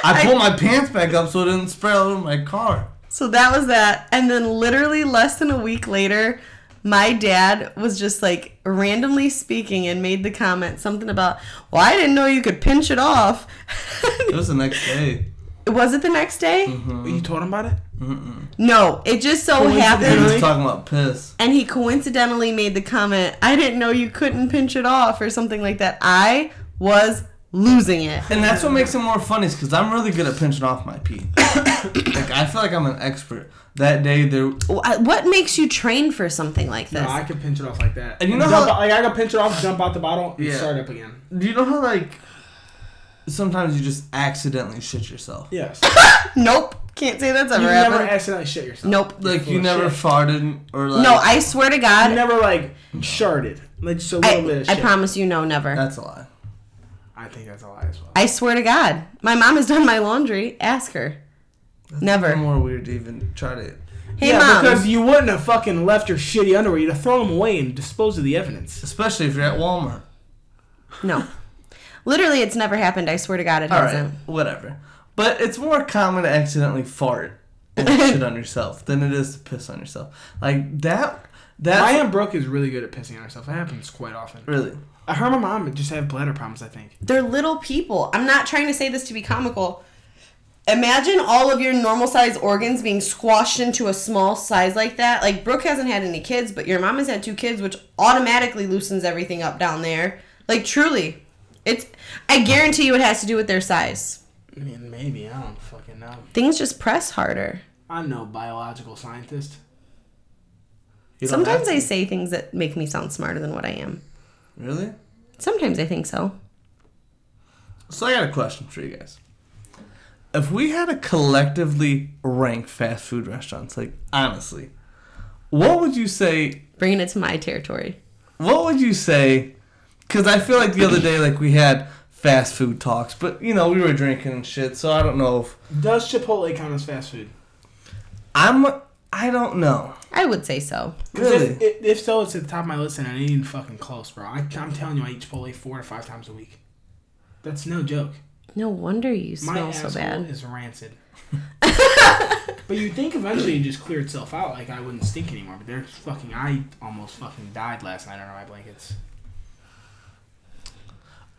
Speaker 4: I pulled my pants back up so it didn't spray all over my car.
Speaker 5: So that was that, and then literally less than a week later, my dad was just like randomly speaking and made the comment something about, "Well, I didn't know you could pinch it off."
Speaker 4: It was the next Mm-hmm. day.
Speaker 5: was it the next day?
Speaker 3: You told him about it?
Speaker 5: No, it just so
Speaker 4: He
Speaker 5: happened.
Speaker 4: was talking about piss.
Speaker 5: and he coincidentally made the comment, I didn't know you couldn't pinch it off or something like that. I was losing it.
Speaker 4: And that's what makes it more funny, is because I'm really good at pinching off my pee. like I feel like I'm an expert. That day there,
Speaker 5: Wh- What makes you train for something like this?
Speaker 3: No, I can pinch it off like that.
Speaker 4: And you know
Speaker 3: Jump
Speaker 4: how-
Speaker 3: out- like I can pinch it off, jump out the bottle, and
Speaker 4: Yeah.
Speaker 3: start up again.
Speaker 4: do you know how like sometimes you just accidentally shit yourself?
Speaker 3: Yes.
Speaker 5: nope. Can't say that's ever
Speaker 3: You've never
Speaker 5: happened.
Speaker 3: accidentally shit yourself.
Speaker 5: nope.
Speaker 4: Like you
Speaker 3: Full of
Speaker 4: never
Speaker 3: shit.
Speaker 4: farted or like.
Speaker 5: no, I swear to God.
Speaker 3: You never like sharded. Like just a little bit
Speaker 5: I,
Speaker 3: of
Speaker 5: I
Speaker 3: shit. Uh,
Speaker 5: promise you, no, never.
Speaker 4: That's a lie.
Speaker 3: I think that's a lie as well.
Speaker 5: I swear to God. My mom has done my laundry. Ask her.
Speaker 4: It's
Speaker 5: Never.
Speaker 4: more weird to even try to.
Speaker 5: Hey,
Speaker 3: yeah,
Speaker 5: mom.
Speaker 3: because you wouldn't have fucking left your shitty underwear. You'd have thrown them away and disposed of the evidence.
Speaker 4: Especially if you're at Walmart.
Speaker 5: no. Literally, it's never happened. I swear to God, it
Speaker 4: All
Speaker 5: hasn't.
Speaker 4: right, whatever. But it's more common to accidentally fart and shit on yourself than it is to piss on yourself. Like that.
Speaker 3: My
Speaker 4: That's
Speaker 3: aunt Brooke is really good at pissing on herself. It happens quite often.
Speaker 4: really.
Speaker 3: I heard my mom just have bladder problems. I think.
Speaker 5: They're little people. I'm not trying to say this to be comical. Imagine all of your normal size organs being squashed into a small size like that. Like Brooke hasn't had any kids, but your mom has had two kids, which automatically loosens everything up down there. Like truly, it's. I guarantee you, it has to do with their size.
Speaker 3: I mean, maybe I don't fucking know.
Speaker 5: Things just press harder.
Speaker 3: I'm no biological scientist.
Speaker 4: You don't
Speaker 5: Sometimes I
Speaker 4: have
Speaker 5: say things that make me sound smarter than what I am.
Speaker 4: to. really.
Speaker 5: Sometimes I think so.
Speaker 4: So I got a question for you guys. If we had to collectively rank fast food restaurants, like honestly, what would you say
Speaker 5: Bringing it to my territory.
Speaker 4: what would you say? Because I feel like the other day, like we had fast food talks, but you know we were drinking and shit, so I don't know if
Speaker 3: Does Chipotle count as fast food?
Speaker 4: I'm. I don't know.
Speaker 5: I would say so.
Speaker 3: 'Cause
Speaker 4: Really?
Speaker 3: If, if, if so, it's at the top of my list, and I ain't even fucking close, bro. I, I'm telling you, I eat Chipotle four to five times a week. That's no joke.
Speaker 5: No wonder you
Speaker 3: My
Speaker 5: smell
Speaker 3: asshole
Speaker 5: so bad.
Speaker 3: is rancid. but you think eventually it just clear itself out, like I wouldn't stink anymore. But there's fucking, I almost fucking died last night under my blankets.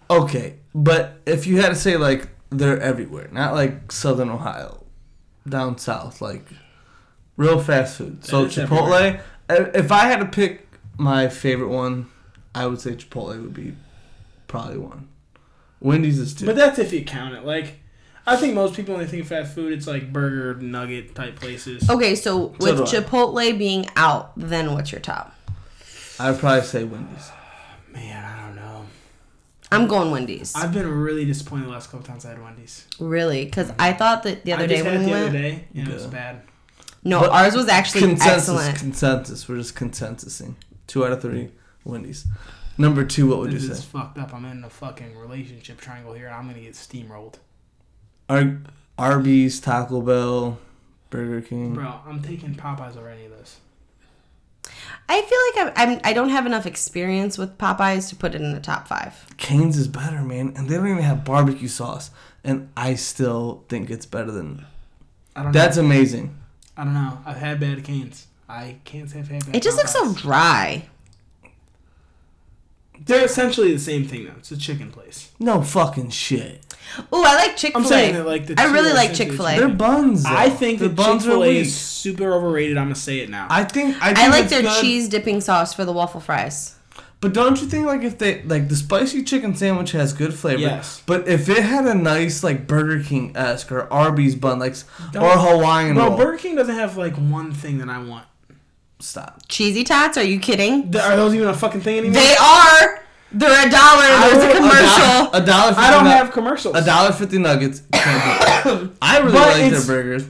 Speaker 4: Okay, but if you had to say like they're everywhere, not like Southern Ohio, down south, like real fast food. So
Speaker 3: is
Speaker 4: Chipotle. i- If I had to pick my favorite one, I would say Chipotle would be probably one. Wendy's is two.
Speaker 3: But that's if you count it. Like, I think most people when they think of fast food, it's like burger, nugget type places.
Speaker 5: Okay, so with
Speaker 4: do I.
Speaker 5: Chipotle being out, then what's your top?
Speaker 4: I'd probably say Wendy's.
Speaker 3: Man, I don't know.
Speaker 5: I'm going Wendy's.
Speaker 3: I've been really disappointed the last couple times I had Wendy's.
Speaker 5: really, because I thought that the
Speaker 3: I
Speaker 5: other
Speaker 3: just
Speaker 5: day
Speaker 3: had
Speaker 5: when
Speaker 3: it
Speaker 5: we
Speaker 3: the other
Speaker 5: went,
Speaker 3: day, and it was
Speaker 4: Yeah.
Speaker 3: bad.
Speaker 5: no,
Speaker 4: But
Speaker 5: ours was actually
Speaker 4: consensus,
Speaker 5: excellent.
Speaker 4: consensus. We're just consensusing. Two out of three. Wendy's. Number two, what would
Speaker 3: This
Speaker 4: you
Speaker 3: is
Speaker 4: say?
Speaker 3: fucked up. I'm in a fucking relationship triangle here, and I'm gonna get steamrolled.
Speaker 4: Ar- Arby's, Taco Bell, Burger King.
Speaker 3: Bro, I'm taking Popeyes over any of those.
Speaker 5: I feel like I'm, I'm I don't have enough experience with Popeyes to put it in the top five.
Speaker 4: Cane's is better, man, and they don't even have barbecue sauce, and I still think it's better than.
Speaker 3: I don't
Speaker 4: That's
Speaker 3: know.
Speaker 4: amazing.
Speaker 3: I I don't know. I've had bad canes. I can't say I've had bad.
Speaker 5: It just looks so
Speaker 3: Popeyes.
Speaker 5: dry.
Speaker 3: They're essentially the same thing though. It's a chicken place.
Speaker 4: No fucking shit.
Speaker 5: Ooh, I like Chick
Speaker 3: I'm
Speaker 5: Fil
Speaker 3: saying that
Speaker 5: A.
Speaker 3: like the.
Speaker 5: I
Speaker 3: two
Speaker 5: really
Speaker 3: are
Speaker 5: like
Speaker 3: essentially
Speaker 5: Chick-fil-A.
Speaker 3: the
Speaker 4: Their
Speaker 3: same.
Speaker 4: buns. though.
Speaker 3: I think
Speaker 4: the
Speaker 3: the
Speaker 4: buns are
Speaker 3: Chick-fil-A
Speaker 4: weak.
Speaker 3: is super overrated. I'm gonna say it now.
Speaker 4: I think I, think
Speaker 5: I like
Speaker 4: it's
Speaker 5: their
Speaker 4: good,
Speaker 5: cheese dipping sauce for the waffel fries.
Speaker 4: but don't you think like if they like the spicy chicken sandwich has good flavor?
Speaker 3: Yes.
Speaker 4: But if it had a nice like Burger King esque or Arby's bun, like s-
Speaker 3: Don't-
Speaker 4: or Hawaiian
Speaker 3: Bro,
Speaker 4: roll,
Speaker 3: Burger King doesn't have like one thing that I want.
Speaker 4: stop.
Speaker 5: Cheesy tots? Are you kidding?
Speaker 3: Th- Are those even a fucking thing anymore?
Speaker 5: They are. They're a dollar. There's
Speaker 3: will-
Speaker 5: a
Speaker 3: a
Speaker 5: commercial.
Speaker 4: A dollar.
Speaker 3: I don't
Speaker 4: $50
Speaker 3: have commercials.
Speaker 4: A dollar fifty nuggets. Can't beat it. I really
Speaker 3: But
Speaker 4: like
Speaker 3: it's-
Speaker 4: their burgers.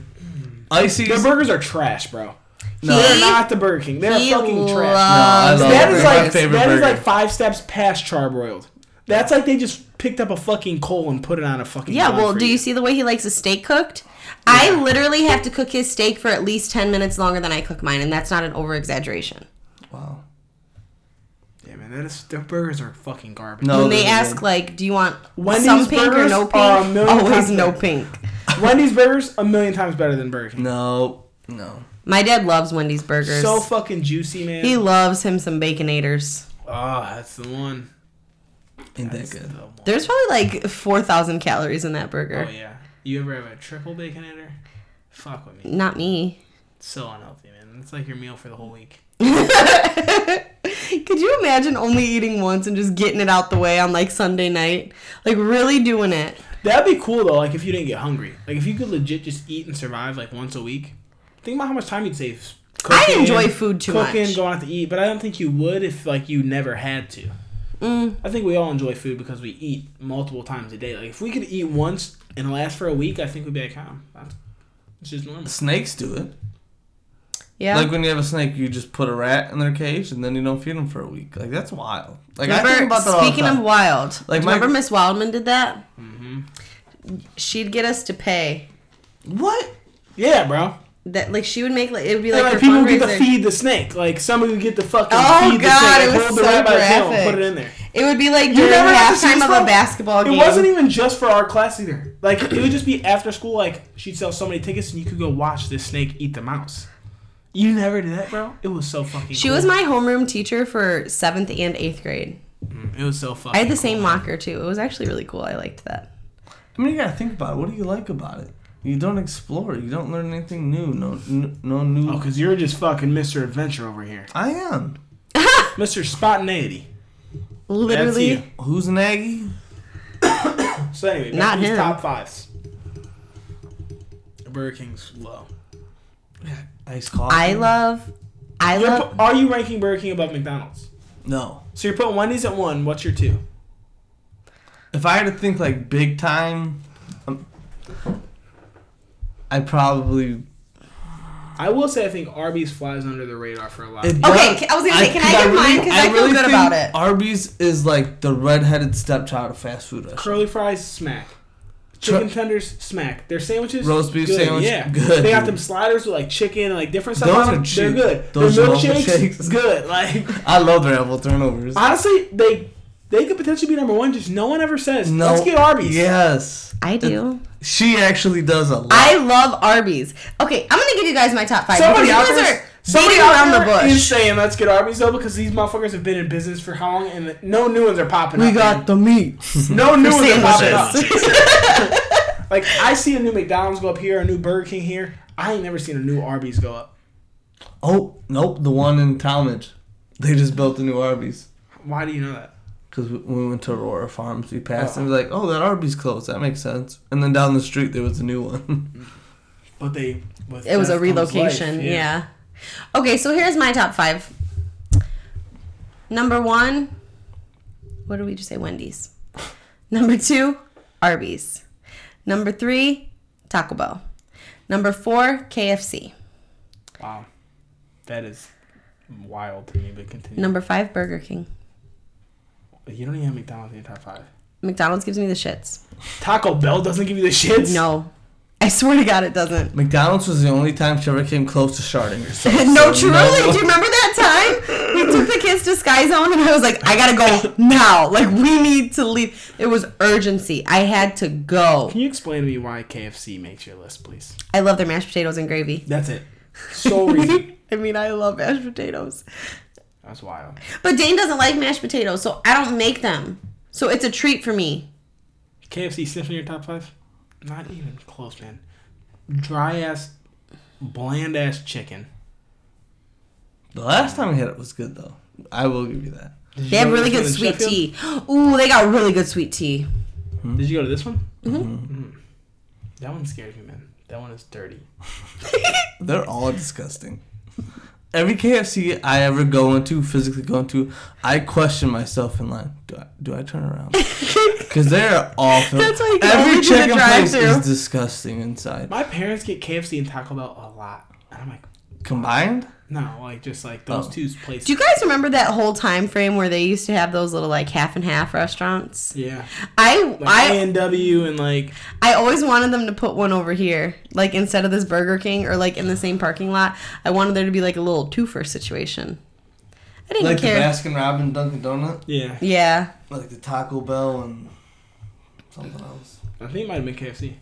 Speaker 4: Icy.
Speaker 3: Their burgers are trash, bro.
Speaker 4: No.
Speaker 3: They're
Speaker 5: He-
Speaker 3: not the Burger King. They're
Speaker 5: he
Speaker 3: fucking trash.
Speaker 5: loves
Speaker 4: No, I love
Speaker 3: That
Speaker 4: it.
Speaker 3: is
Speaker 4: My
Speaker 3: like
Speaker 4: favorite
Speaker 3: that is
Speaker 4: burger.
Speaker 3: like five steps past charbroiled. That's like they just picked up a fucking coal and put it on a fucking.
Speaker 5: Yeah,
Speaker 3: bun
Speaker 5: well,
Speaker 3: for
Speaker 5: do you see the way he likes his steak cooked? I literally have to cook his steak for at least 10 minutes longer than I cook mine, and that's not an over exaggeration.
Speaker 4: Wow.
Speaker 3: Yeah, man, that is their burgers are fucking garbage.
Speaker 4: No.
Speaker 5: when they
Speaker 4: they're
Speaker 5: ask,
Speaker 4: good.
Speaker 5: like, do you want
Speaker 3: Oh, Wendy's
Speaker 5: some pink or
Speaker 3: burgers
Speaker 5: no
Speaker 3: are a
Speaker 5: pink?
Speaker 3: million
Speaker 5: Always
Speaker 3: times
Speaker 5: no
Speaker 3: better.
Speaker 5: pink.
Speaker 3: Wendy's burgers a million times better than Burger King.
Speaker 4: No. No.
Speaker 5: My dad loves Wendy's burgers.
Speaker 3: So fucking juicy, man.
Speaker 5: he loves him some baconators.
Speaker 3: oh, that's the one.
Speaker 4: Ain't that
Speaker 3: That's
Speaker 4: good?
Speaker 3: the one.
Speaker 5: There's probably like 4,000 calories in that
Speaker 3: Oh
Speaker 5: burger.
Speaker 3: yeah. You ever have a triple baconator? Fuck with me.
Speaker 5: Not me.
Speaker 3: It's so unhealthy, man. It's like your meal for the whole week.
Speaker 5: Could you imagine only eating once and just getting it out the way on like Sunday night? Like, really doing it.
Speaker 3: That'd be cool though, like if you didn't get hungry. Like if you could legit just eat and survive like once a week. Think about how much time you'd save.
Speaker 5: I enjoy food too
Speaker 3: cooking,
Speaker 5: much.
Speaker 3: going out to eat, but I don't think you would if like you never had to.
Speaker 5: Mm.
Speaker 3: I think we all enjoy food because we eat multiple times a day. Like if we could eat once and last for a week, I think we'd be like, "Huh, that's it's just normal."
Speaker 4: Snakes do it.
Speaker 5: Yeah.
Speaker 4: Like when you have a snake, you just put a rat in their cage and then you don't feed them for a week. Like that's wild. Like I think
Speaker 5: Remember-
Speaker 4: about that all the
Speaker 5: speaking
Speaker 4: time.
Speaker 5: of wild,
Speaker 4: Like,
Speaker 5: do you
Speaker 4: my-
Speaker 5: remember Miss Wildman did that?
Speaker 3: Mm-hmm.
Speaker 5: She'd get us to pay.
Speaker 4: what?
Speaker 3: Yeah, bro.
Speaker 5: That like she would make like it would be
Speaker 3: And, Like,
Speaker 5: like, her
Speaker 3: people get to
Speaker 5: fundraiser.
Speaker 3: feed the snake. Like somebody would get to fucking
Speaker 5: Oh,
Speaker 3: feed
Speaker 5: God,
Speaker 3: the snake.
Speaker 5: it was so
Speaker 3: and
Speaker 5: graphic.
Speaker 3: put it in there.
Speaker 5: It would be like
Speaker 3: You
Speaker 5: during
Speaker 3: never got to see
Speaker 5: halftime
Speaker 3: this
Speaker 5: of a
Speaker 3: one?
Speaker 5: basketball game.
Speaker 3: It wasn't even just for our class either. Like it would just be after school. Like she'd sell so many tickets, and you could go watch this snake eat the mouse. You never did that, bro. It was so fucking.
Speaker 5: She
Speaker 3: cool.
Speaker 5: was my homeroom teacher for seventh and eighth grade.
Speaker 3: It was so fucking.
Speaker 5: I had the same locker too. It was actually really cool. I liked that.
Speaker 4: I mean, you gotta think about it. What do you like about it? You don't explore. You don't learn anything new. No, n- no new.
Speaker 3: Oh, cause you're just fucking Mr. Adventure over here,
Speaker 4: I am.
Speaker 3: Mr. Spontaneity.
Speaker 5: Literally,
Speaker 3: That's
Speaker 4: Who's an Aggie?
Speaker 3: you. So anyway, back
Speaker 5: Not
Speaker 3: to these
Speaker 5: him.
Speaker 3: top fives. Burger King's low.
Speaker 4: Ice coffee.
Speaker 5: I love, I
Speaker 3: You're
Speaker 5: love.
Speaker 3: pu- are you ranking Burger King above McDonald's?
Speaker 4: No.
Speaker 3: So you're putting Wendy's at one. What's your two?
Speaker 4: If I had to think like big time, um, I probably.
Speaker 3: I will say I think Arby's flies under the radar for a lot.
Speaker 4: It
Speaker 3: Of
Speaker 4: does-
Speaker 5: Okay, I was gonna say, can I get mine? 'Cause I feel good
Speaker 4: think
Speaker 5: about it.
Speaker 4: Arby's is like the redheaded stepchild of fast food. restaurants.
Speaker 3: Curly fries smack.
Speaker 4: Tr-
Speaker 3: Chicken tenders smack. Their sandwiches
Speaker 4: Roast beef
Speaker 3: good,
Speaker 4: sandwich,
Speaker 3: Yeah,
Speaker 4: good,
Speaker 3: They got
Speaker 4: dude.
Speaker 3: them sliders with like chicken and like different stuff.
Speaker 4: Those
Speaker 3: on
Speaker 4: are
Speaker 3: them. They're
Speaker 4: cheap.
Speaker 3: good.
Speaker 4: Those
Speaker 3: their
Speaker 4: waffle
Speaker 3: milkshakes,
Speaker 4: shakes.
Speaker 3: good. Like
Speaker 4: I love their apple turnovers.
Speaker 3: honestly, they they could potentially be number one. Just no one ever says.
Speaker 4: no.
Speaker 3: Let's get Arby's.
Speaker 4: Yes.
Speaker 5: I do.
Speaker 4: She actually does a lot.
Speaker 5: I love Arby's. Okay, I'm gonna give you guys my top five.
Speaker 3: Somebody out
Speaker 5: because you guys
Speaker 3: there,
Speaker 5: are
Speaker 3: somebody
Speaker 5: beating
Speaker 3: out
Speaker 5: around
Speaker 3: there
Speaker 5: the bush.
Speaker 3: is saying let's get Arby's though because these motherfuckers have been in business for how long and no new ones are popping
Speaker 4: we
Speaker 3: up.
Speaker 4: got the meat.
Speaker 3: no new ones are popping up.
Speaker 5: sandwiches.
Speaker 3: Like I see a new McDonald's go up here, a new Burger King here. I ain't never seen a new Arby's go up.
Speaker 4: oh, nope. The one in Talmadge. They just built a new Arby's.
Speaker 3: Why do you know that?
Speaker 4: Because we we went to Aurora Farms, we passed, and we're like, oh, that Arby's closed. That makes sense. And then down the street, there was a new one.
Speaker 3: But they. With
Speaker 5: it was a
Speaker 3: death comes life,
Speaker 5: relocation. yeah. Okay, so here's my top five. Number one, what did we just say? Wendy's. Number two, Arby's. Number three, Taco Bell. Number four, KFC.
Speaker 3: Wow, that is wild to me. But continue.
Speaker 5: Number five, Burger King.
Speaker 3: You don't even have McDonald's in your top five.
Speaker 5: McDonald's gives me the shits.
Speaker 3: Taco Bell doesn't give you the shits.
Speaker 5: No, I swear to God, it doesn't.
Speaker 4: McDonald's was the only time she ever came close to sharding herself.
Speaker 5: no,
Speaker 4: so
Speaker 5: truly. Do you remember that time we took the kids to Sky Zone and I was like, I gotta go now. Like, we need to leave. It was urgency. I had to go.
Speaker 3: Can you explain to me why KFC makes your list, please?
Speaker 5: I love their mashed potatoes and gravy.
Speaker 3: That's it. So reason.
Speaker 5: I mean, I love mashed potatoes.
Speaker 3: That's wild.
Speaker 5: But Dane doesn't like mashed potatoes, so I don't make them. So it's a treat for me.
Speaker 3: KFC sniffing your top five? Not even close, man. Dry ass, bland ass chicken.
Speaker 4: The last time we had it was good, though. I will give you that.
Speaker 3: Did you
Speaker 5: They have
Speaker 3: go to
Speaker 5: really good
Speaker 3: this one in
Speaker 5: sweet
Speaker 3: Sheffield?
Speaker 5: tea. Ooh, they got really good sweet tea.
Speaker 3: Did you go to this one? Mm-hmm. That one scares me, man. That one is dirty.
Speaker 4: They're all disgusting. every KFC I ever go into, physically go into, I question myself in line. Do I do I turn around? Because they're all filled.
Speaker 5: That's why you can
Speaker 4: every
Speaker 5: only do the
Speaker 4: chicken place
Speaker 5: drive-thru.
Speaker 4: is disgusting inside.
Speaker 3: My parents get KFC and Taco Bell a lot, and I'm like,
Speaker 4: Combined,
Speaker 3: no, like just like those
Speaker 4: Oh.
Speaker 3: two places.
Speaker 5: Do you guys remember that whole time frame where they used to have those little like half and half restaurants?
Speaker 3: yeah,
Speaker 5: I
Speaker 3: like
Speaker 5: I
Speaker 3: A and W and like
Speaker 5: I always wanted them to put one over here, like instead of this Burger King or like in the same parking lot. I wanted there to be like a little twofer situation. I didn't
Speaker 4: like
Speaker 5: care.
Speaker 4: the Baskin Robin Dunkin' Donut,
Speaker 3: yeah.
Speaker 5: yeah,
Speaker 4: like the Taco Bell and something else.
Speaker 3: I think it might have been KFC.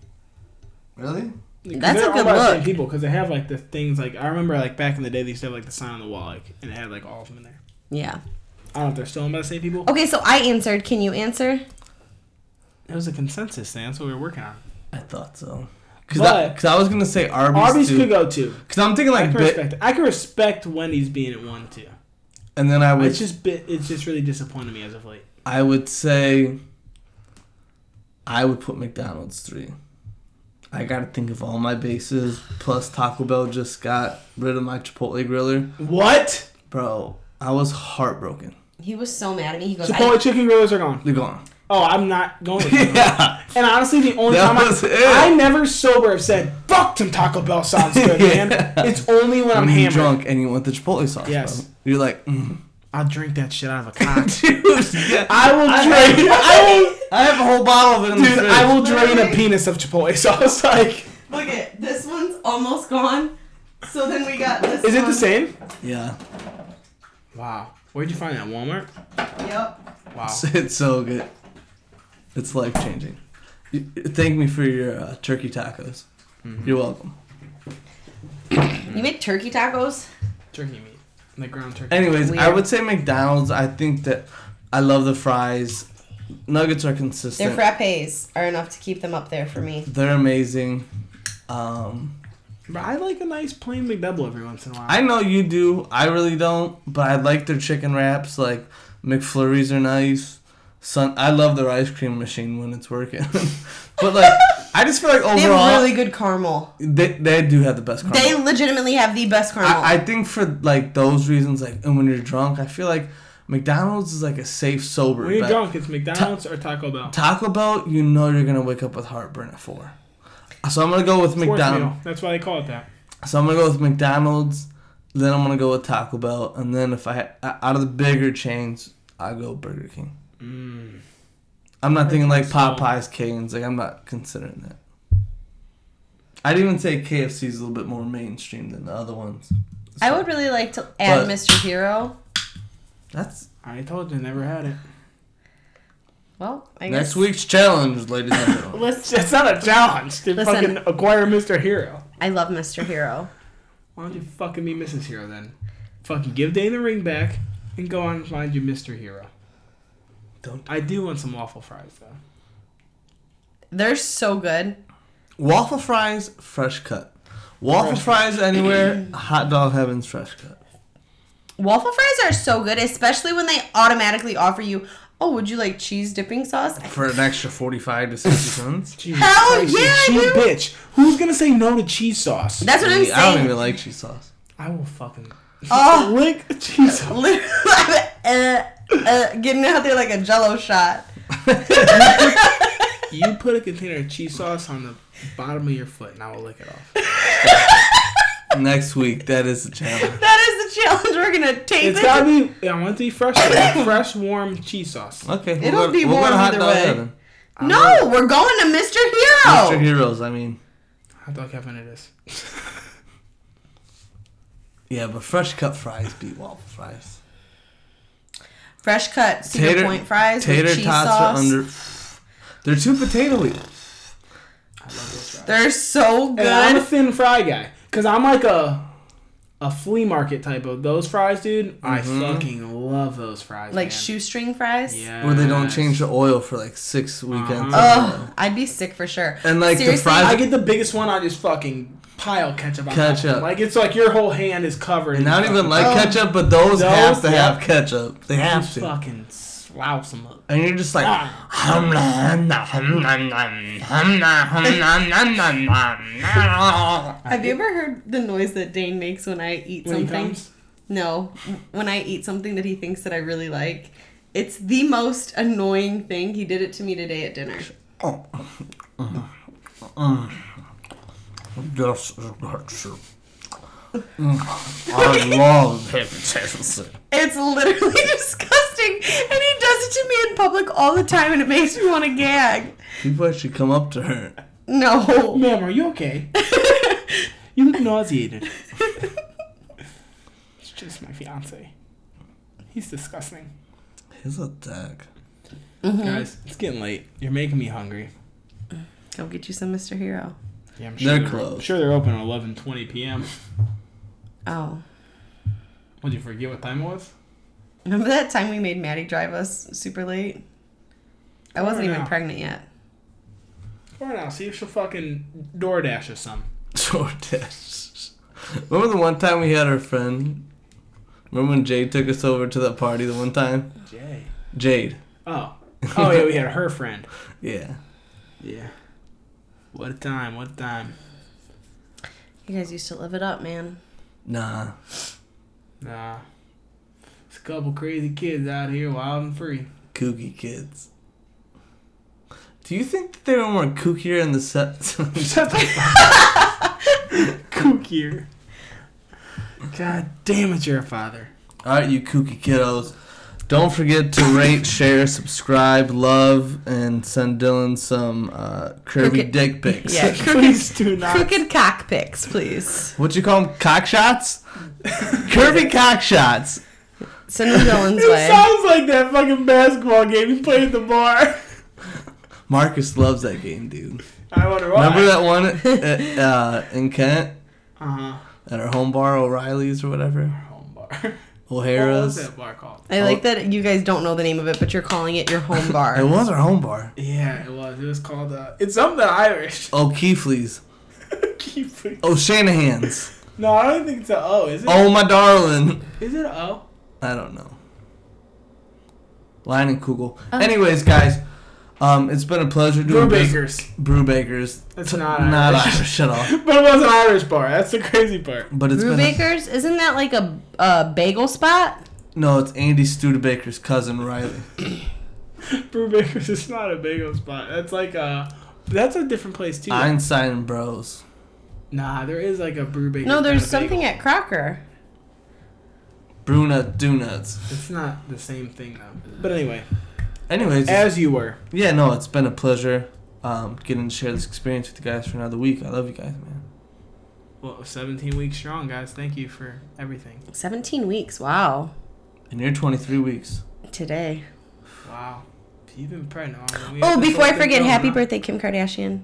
Speaker 4: Really?
Speaker 5: That's a
Speaker 3: they're
Speaker 5: good
Speaker 3: owned by the same
Speaker 5: look.
Speaker 3: people because they have like the things like I remember like back in the day they used to have like the sign on the wall like and it had like all of them in there.
Speaker 5: yeah.
Speaker 3: I don't know if they're still owned by the same people.
Speaker 5: Okay, so I answered. Can you answer?
Speaker 3: It was a consensus thing. That's what we were working on.
Speaker 4: I thought so. Cause I,
Speaker 3: But-
Speaker 4: cause I was gonna say Arby's,
Speaker 3: Arby's
Speaker 4: too.
Speaker 3: could go too.
Speaker 4: Cause I'm thinking
Speaker 3: I
Speaker 4: like
Speaker 3: can
Speaker 4: bit,
Speaker 3: respect. I can respect Wendy's being at one too.
Speaker 4: and then I would
Speaker 3: It's just bit. It's just really disappointed me as of late.
Speaker 4: I would say I would put McDonald's three. I gotta think of all my bases. Plus Taco Bell just got rid of my Chipotle griller.
Speaker 3: What?
Speaker 4: Bro, I was heartbroken.
Speaker 5: He was so mad at me. He goes,
Speaker 3: Chipotle chicken grillers are gone.
Speaker 4: They're gone.
Speaker 3: Oh, I'm not going. With you.
Speaker 4: yeah.
Speaker 3: And honestly, the only
Speaker 4: That
Speaker 3: time I,
Speaker 4: was it.
Speaker 3: I never sober have said "fuck" some Taco Bell sounds good,
Speaker 4: Yeah.
Speaker 3: man. It's only when I'm
Speaker 4: When you're
Speaker 3: hammered.
Speaker 4: drunk and you want the Chipotle sauce.
Speaker 3: Yes.
Speaker 4: bro. You're like, mm.
Speaker 3: I'll drink that shit out of a cock.
Speaker 4: dude. Yeah.
Speaker 3: I will
Speaker 4: I,
Speaker 3: drain. I
Speaker 4: I have a whole bottle of it in
Speaker 3: will, dude.
Speaker 4: the fridge.
Speaker 3: I will drain a penis of Chipotle sauce. Like,
Speaker 5: "Look at this one's almost gone." So then we got this.
Speaker 3: is it the same?
Speaker 4: Yeah.
Speaker 3: Wow. Where'd you find that? Walmart.
Speaker 5: Yep.
Speaker 3: Wow.
Speaker 4: It's, it's so good. It's life changing. Thank me for your uh, turkey tacos.
Speaker 3: Mm-hmm.
Speaker 4: You're welcome.
Speaker 5: You make turkey tacos?
Speaker 3: Turkey meat. Like ground turkey.
Speaker 4: Anyways, I
Speaker 5: Weird.
Speaker 4: would say McDonald's. I think that I love the fries. Nuggets are consistent.
Speaker 5: Their frappes are enough to keep them up there for me.
Speaker 4: They're amazing. Um,
Speaker 3: But I like a nice plain McDouble every once in a while.
Speaker 4: I know you do. I really don't, but I like their chicken wraps. Like McFlurries are nice. Sun. I love their ice cream machine when it's working. but like, I just feel like
Speaker 5: They have
Speaker 4: overall,
Speaker 5: really good caramel.
Speaker 4: they, they do have the best. Caramel.
Speaker 5: They legitimately have the best caramel.
Speaker 4: I, I think for like those reasons, like and when you're drunk, I feel like McDonald's is like a safe sober.
Speaker 3: when you're
Speaker 4: bet.
Speaker 3: drunk, it's McDonald's or Taco Bell.
Speaker 4: Taco Bell, you know you're gonna wake up with heartburn at four. So I'm gonna go with
Speaker 3: Fourth
Speaker 4: McDonald's.
Speaker 3: meal. That's why they call it that.
Speaker 4: So I'm gonna go with McDonald's. Then I'm gonna go with Taco Bell, and then if I out of the bigger chains, I go Burger King.
Speaker 3: Mm.
Speaker 4: I'm not thinking like
Speaker 3: Burger King's
Speaker 4: Popeyes, Canes. Like I'm not considering that. I'd even say KFC is a little bit more mainstream than the other ones.
Speaker 5: I would really like to add
Speaker 4: But-
Speaker 5: Mr. Hero.
Speaker 4: That's
Speaker 3: I told you, never had it.
Speaker 5: Well, I guess.
Speaker 4: next week's challenge, ladies and gentlemen.
Speaker 5: Listen,
Speaker 3: That's not a challenge to
Speaker 5: Listen.
Speaker 3: fucking acquire Mr. Hero.
Speaker 5: I love Mr. Hero.
Speaker 3: Why don't you fucking be Mrs. Hero then? Fucking give Dane the ring back and go on and find you Mr. Hero.
Speaker 4: Don't-
Speaker 3: I do want some waffle fries though.
Speaker 5: They're so good.
Speaker 4: Waffle fries, fresh cut. Waffle fries anywhere, hot dog heaven's fresh cut.
Speaker 5: Waffle fries are so good, especially when they automatically offer you, oh, would you like cheese dipping sauce?
Speaker 4: for an extra 45 to 60 cents.
Speaker 3: Jesus
Speaker 5: Hell
Speaker 3: you
Speaker 5: yeah, I
Speaker 3: cheap
Speaker 5: do.
Speaker 3: bitch. Who's gonna say no to cheese sauce?
Speaker 5: That's what I'm
Speaker 4: I don't even
Speaker 5: saying.
Speaker 4: like cheese sauce.
Speaker 3: I will fucking
Speaker 5: Oh.
Speaker 3: lick cheese sauce.
Speaker 5: Literally, uh, uh, getting out there like a jello shot.
Speaker 3: You put a container of cheese sauce on the bottom of your foot and I will lick it off.
Speaker 4: Next week, that is the challenge.
Speaker 5: That is the challenge we're gonna take.
Speaker 3: It's
Speaker 5: this.
Speaker 3: gotta be. I want it to be fresh, like fresh, warm cheese sauce.
Speaker 4: Okay, we'll
Speaker 5: It'll
Speaker 4: go-
Speaker 5: be
Speaker 4: we'll go to
Speaker 5: warm
Speaker 4: hot
Speaker 5: either
Speaker 4: dog
Speaker 5: way. Oh!
Speaker 4: heaven.
Speaker 5: no, we're going to Mr. Hero.
Speaker 4: Mr. Heroes, I mean.
Speaker 3: Hot dog heaven it is.
Speaker 4: Yeah, but fresh cut fries beat waffle fries.
Speaker 5: Fresh cut, super point fries,
Speaker 4: tater
Speaker 5: with cheese
Speaker 4: tots
Speaker 5: sauce.
Speaker 4: are under. They're too potatoy.
Speaker 5: They're so good.
Speaker 3: And I'm a thin fry guy, cause I'm like a a flea market type of those fries, dude. I
Speaker 4: Mm-hmm.
Speaker 3: fucking love those fries.
Speaker 5: like
Speaker 3: man.
Speaker 5: shoestring fries.
Speaker 3: Yeah.
Speaker 4: Where they don't change the oil for like six
Speaker 3: Uh-huh.
Speaker 4: weekends.
Speaker 5: Ugh, I'd be sick for sure.
Speaker 4: And, like, the
Speaker 5: Seriously,
Speaker 4: fries-
Speaker 3: I get the biggest one. I just fucking pile ketchup. on
Speaker 4: Ketchup.
Speaker 3: top of it. Like it's like your whole hand is covered. in
Speaker 4: And I don't
Speaker 3: fucking-
Speaker 4: even like
Speaker 5: Oh.
Speaker 4: ketchup, but those, have to
Speaker 3: Those,
Speaker 4: have
Speaker 3: yeah.
Speaker 4: ketchup. They have
Speaker 3: Just
Speaker 4: to.
Speaker 3: fucking slouse them up.
Speaker 4: And you're just like,
Speaker 3: Ah.
Speaker 4: hum nom nom hum nom nom hum nom hum nom nom nom nom nom.
Speaker 5: Have you ever heard the noise that Dane makes when I eat
Speaker 3: When he
Speaker 5: something?
Speaker 3: comes,
Speaker 5: No, when I eat something that he thinks that I really like, it's the most annoying thing. He did it to me today at dinner.
Speaker 4: This is not true. I love him.
Speaker 5: It's literally disgusting, and he does it to me in public all the time, and it makes me want to gag.
Speaker 4: People actually come up to her.
Speaker 5: No.
Speaker 3: Ma'am, are you okay? you look nauseated. it's just my fiance. He's disgusting.
Speaker 4: He's a dick. Mm-hmm.
Speaker 3: Guys, it's getting late. You're making me hungry.
Speaker 5: Go get you some Mr. Hero.
Speaker 3: Yeah, I'm
Speaker 4: They're
Speaker 3: I'm
Speaker 4: closed.
Speaker 3: sure they're open at 11:20 p.m.
Speaker 5: Oh.
Speaker 3: What, you forget what time it was?
Speaker 5: Remember that time we made Maddie drive us super late? I wasn't
Speaker 3: Oh,
Speaker 5: even
Speaker 3: no.
Speaker 5: pregnant yet.
Speaker 3: Or now, see if she'll fucking DoorDash us some.
Speaker 4: Jordash. Remember the one time we had our friend? Remember when Jade took us over to that party the one time?
Speaker 3: Jay.
Speaker 4: Jade.
Speaker 3: Oh. Oh yeah, we had her friend.
Speaker 4: Yeah.
Speaker 3: Yeah. What a time! What a time!
Speaker 5: You guys used to live it up, man.
Speaker 4: Nah.
Speaker 3: Nah. It's a couple crazy kids out here wild and free.
Speaker 4: Kooky kids. Do you think that they were more kookier in the set?
Speaker 3: Shut the Kookier. God damn it, you're a father.
Speaker 4: Alright, you kooky kiddos. Don't forget to rate, share, subscribe, love, and send Dylan some uh, curvy
Speaker 5: Crooked-
Speaker 4: dick pics.
Speaker 5: Yeah, crooked,
Speaker 3: Please do not.
Speaker 5: crooked cock pics, please.
Speaker 4: What you call them? Cock shots? curvy cock shots.
Speaker 5: Send them Dylan's
Speaker 3: It
Speaker 5: way.
Speaker 3: sounds like that fucking basketball game you played at the bar.
Speaker 4: Marcus loves that game, dude.
Speaker 3: I wonder why.
Speaker 4: Remember that one at, uh, in Kent
Speaker 3: Uh
Speaker 4: at our home bar, O'Reilly's or whatever,
Speaker 3: huh. Home bar. What was
Speaker 4: O'Hara's.
Speaker 3: that bar called?
Speaker 5: I like that you guys don't know the name of it, but you're calling it your home bar.
Speaker 4: It was our home bar.
Speaker 3: Yeah, it was. It was called. Uh, it's something Irish.
Speaker 4: O'Keefley's.
Speaker 3: Keep freak-
Speaker 4: O'Shanahan's.
Speaker 3: no, I don't think it's a O. Is it?
Speaker 4: Oh my darling.
Speaker 3: Is it a O?
Speaker 4: I don't know. Lion and Kugel. Anyways, guys, um, it's been a pleasure doing business-
Speaker 3: Brewbakers.
Speaker 4: Brewbakers.
Speaker 3: That's
Speaker 4: T-
Speaker 3: not
Speaker 4: not
Speaker 3: Irish.
Speaker 4: Irish at all.
Speaker 3: But it was an Irish bar. That's the crazy part.
Speaker 4: But it's
Speaker 5: Brew
Speaker 4: been a-
Speaker 5: Bakers? Isn't that like a, a bagel spot?
Speaker 4: no, it's Andy Studebaker's cousin Riley.
Speaker 3: Brewbakers is not a bagel spot. That's like a. That's a different place too.
Speaker 4: Einstein and Bros.
Speaker 3: nah, there is like a brewbaker.
Speaker 5: No,
Speaker 3: not
Speaker 5: there's
Speaker 3: a bagel.
Speaker 5: something at Crocker.
Speaker 4: Bruna Donuts.
Speaker 3: It's not the same thing though. But anyway,
Speaker 4: Anyways,
Speaker 3: as you were.
Speaker 4: yeah, no, it's been a pleasure um, getting to share this experience with you guys for another week. I love you guys, man.
Speaker 3: Well, 17 weeks strong, guys. Thank you for everything.
Speaker 5: 17 weeks. Wow.
Speaker 4: And you're 23 weeks.
Speaker 5: Today.
Speaker 3: Wow. You've been pregnant. all the way.
Speaker 5: Oh,
Speaker 3: This whole
Speaker 5: before I
Speaker 3: thing
Speaker 5: forget,
Speaker 3: going
Speaker 5: happy
Speaker 3: on.
Speaker 5: birthday, Kim Kardashian.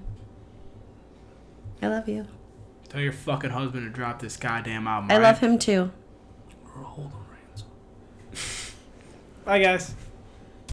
Speaker 5: I love you.
Speaker 3: Tell your fucking husband to drop this goddamn album.
Speaker 5: I
Speaker 3: all
Speaker 5: love
Speaker 3: right?
Speaker 5: him too.
Speaker 4: We're holding ransom.
Speaker 3: Bye, guys.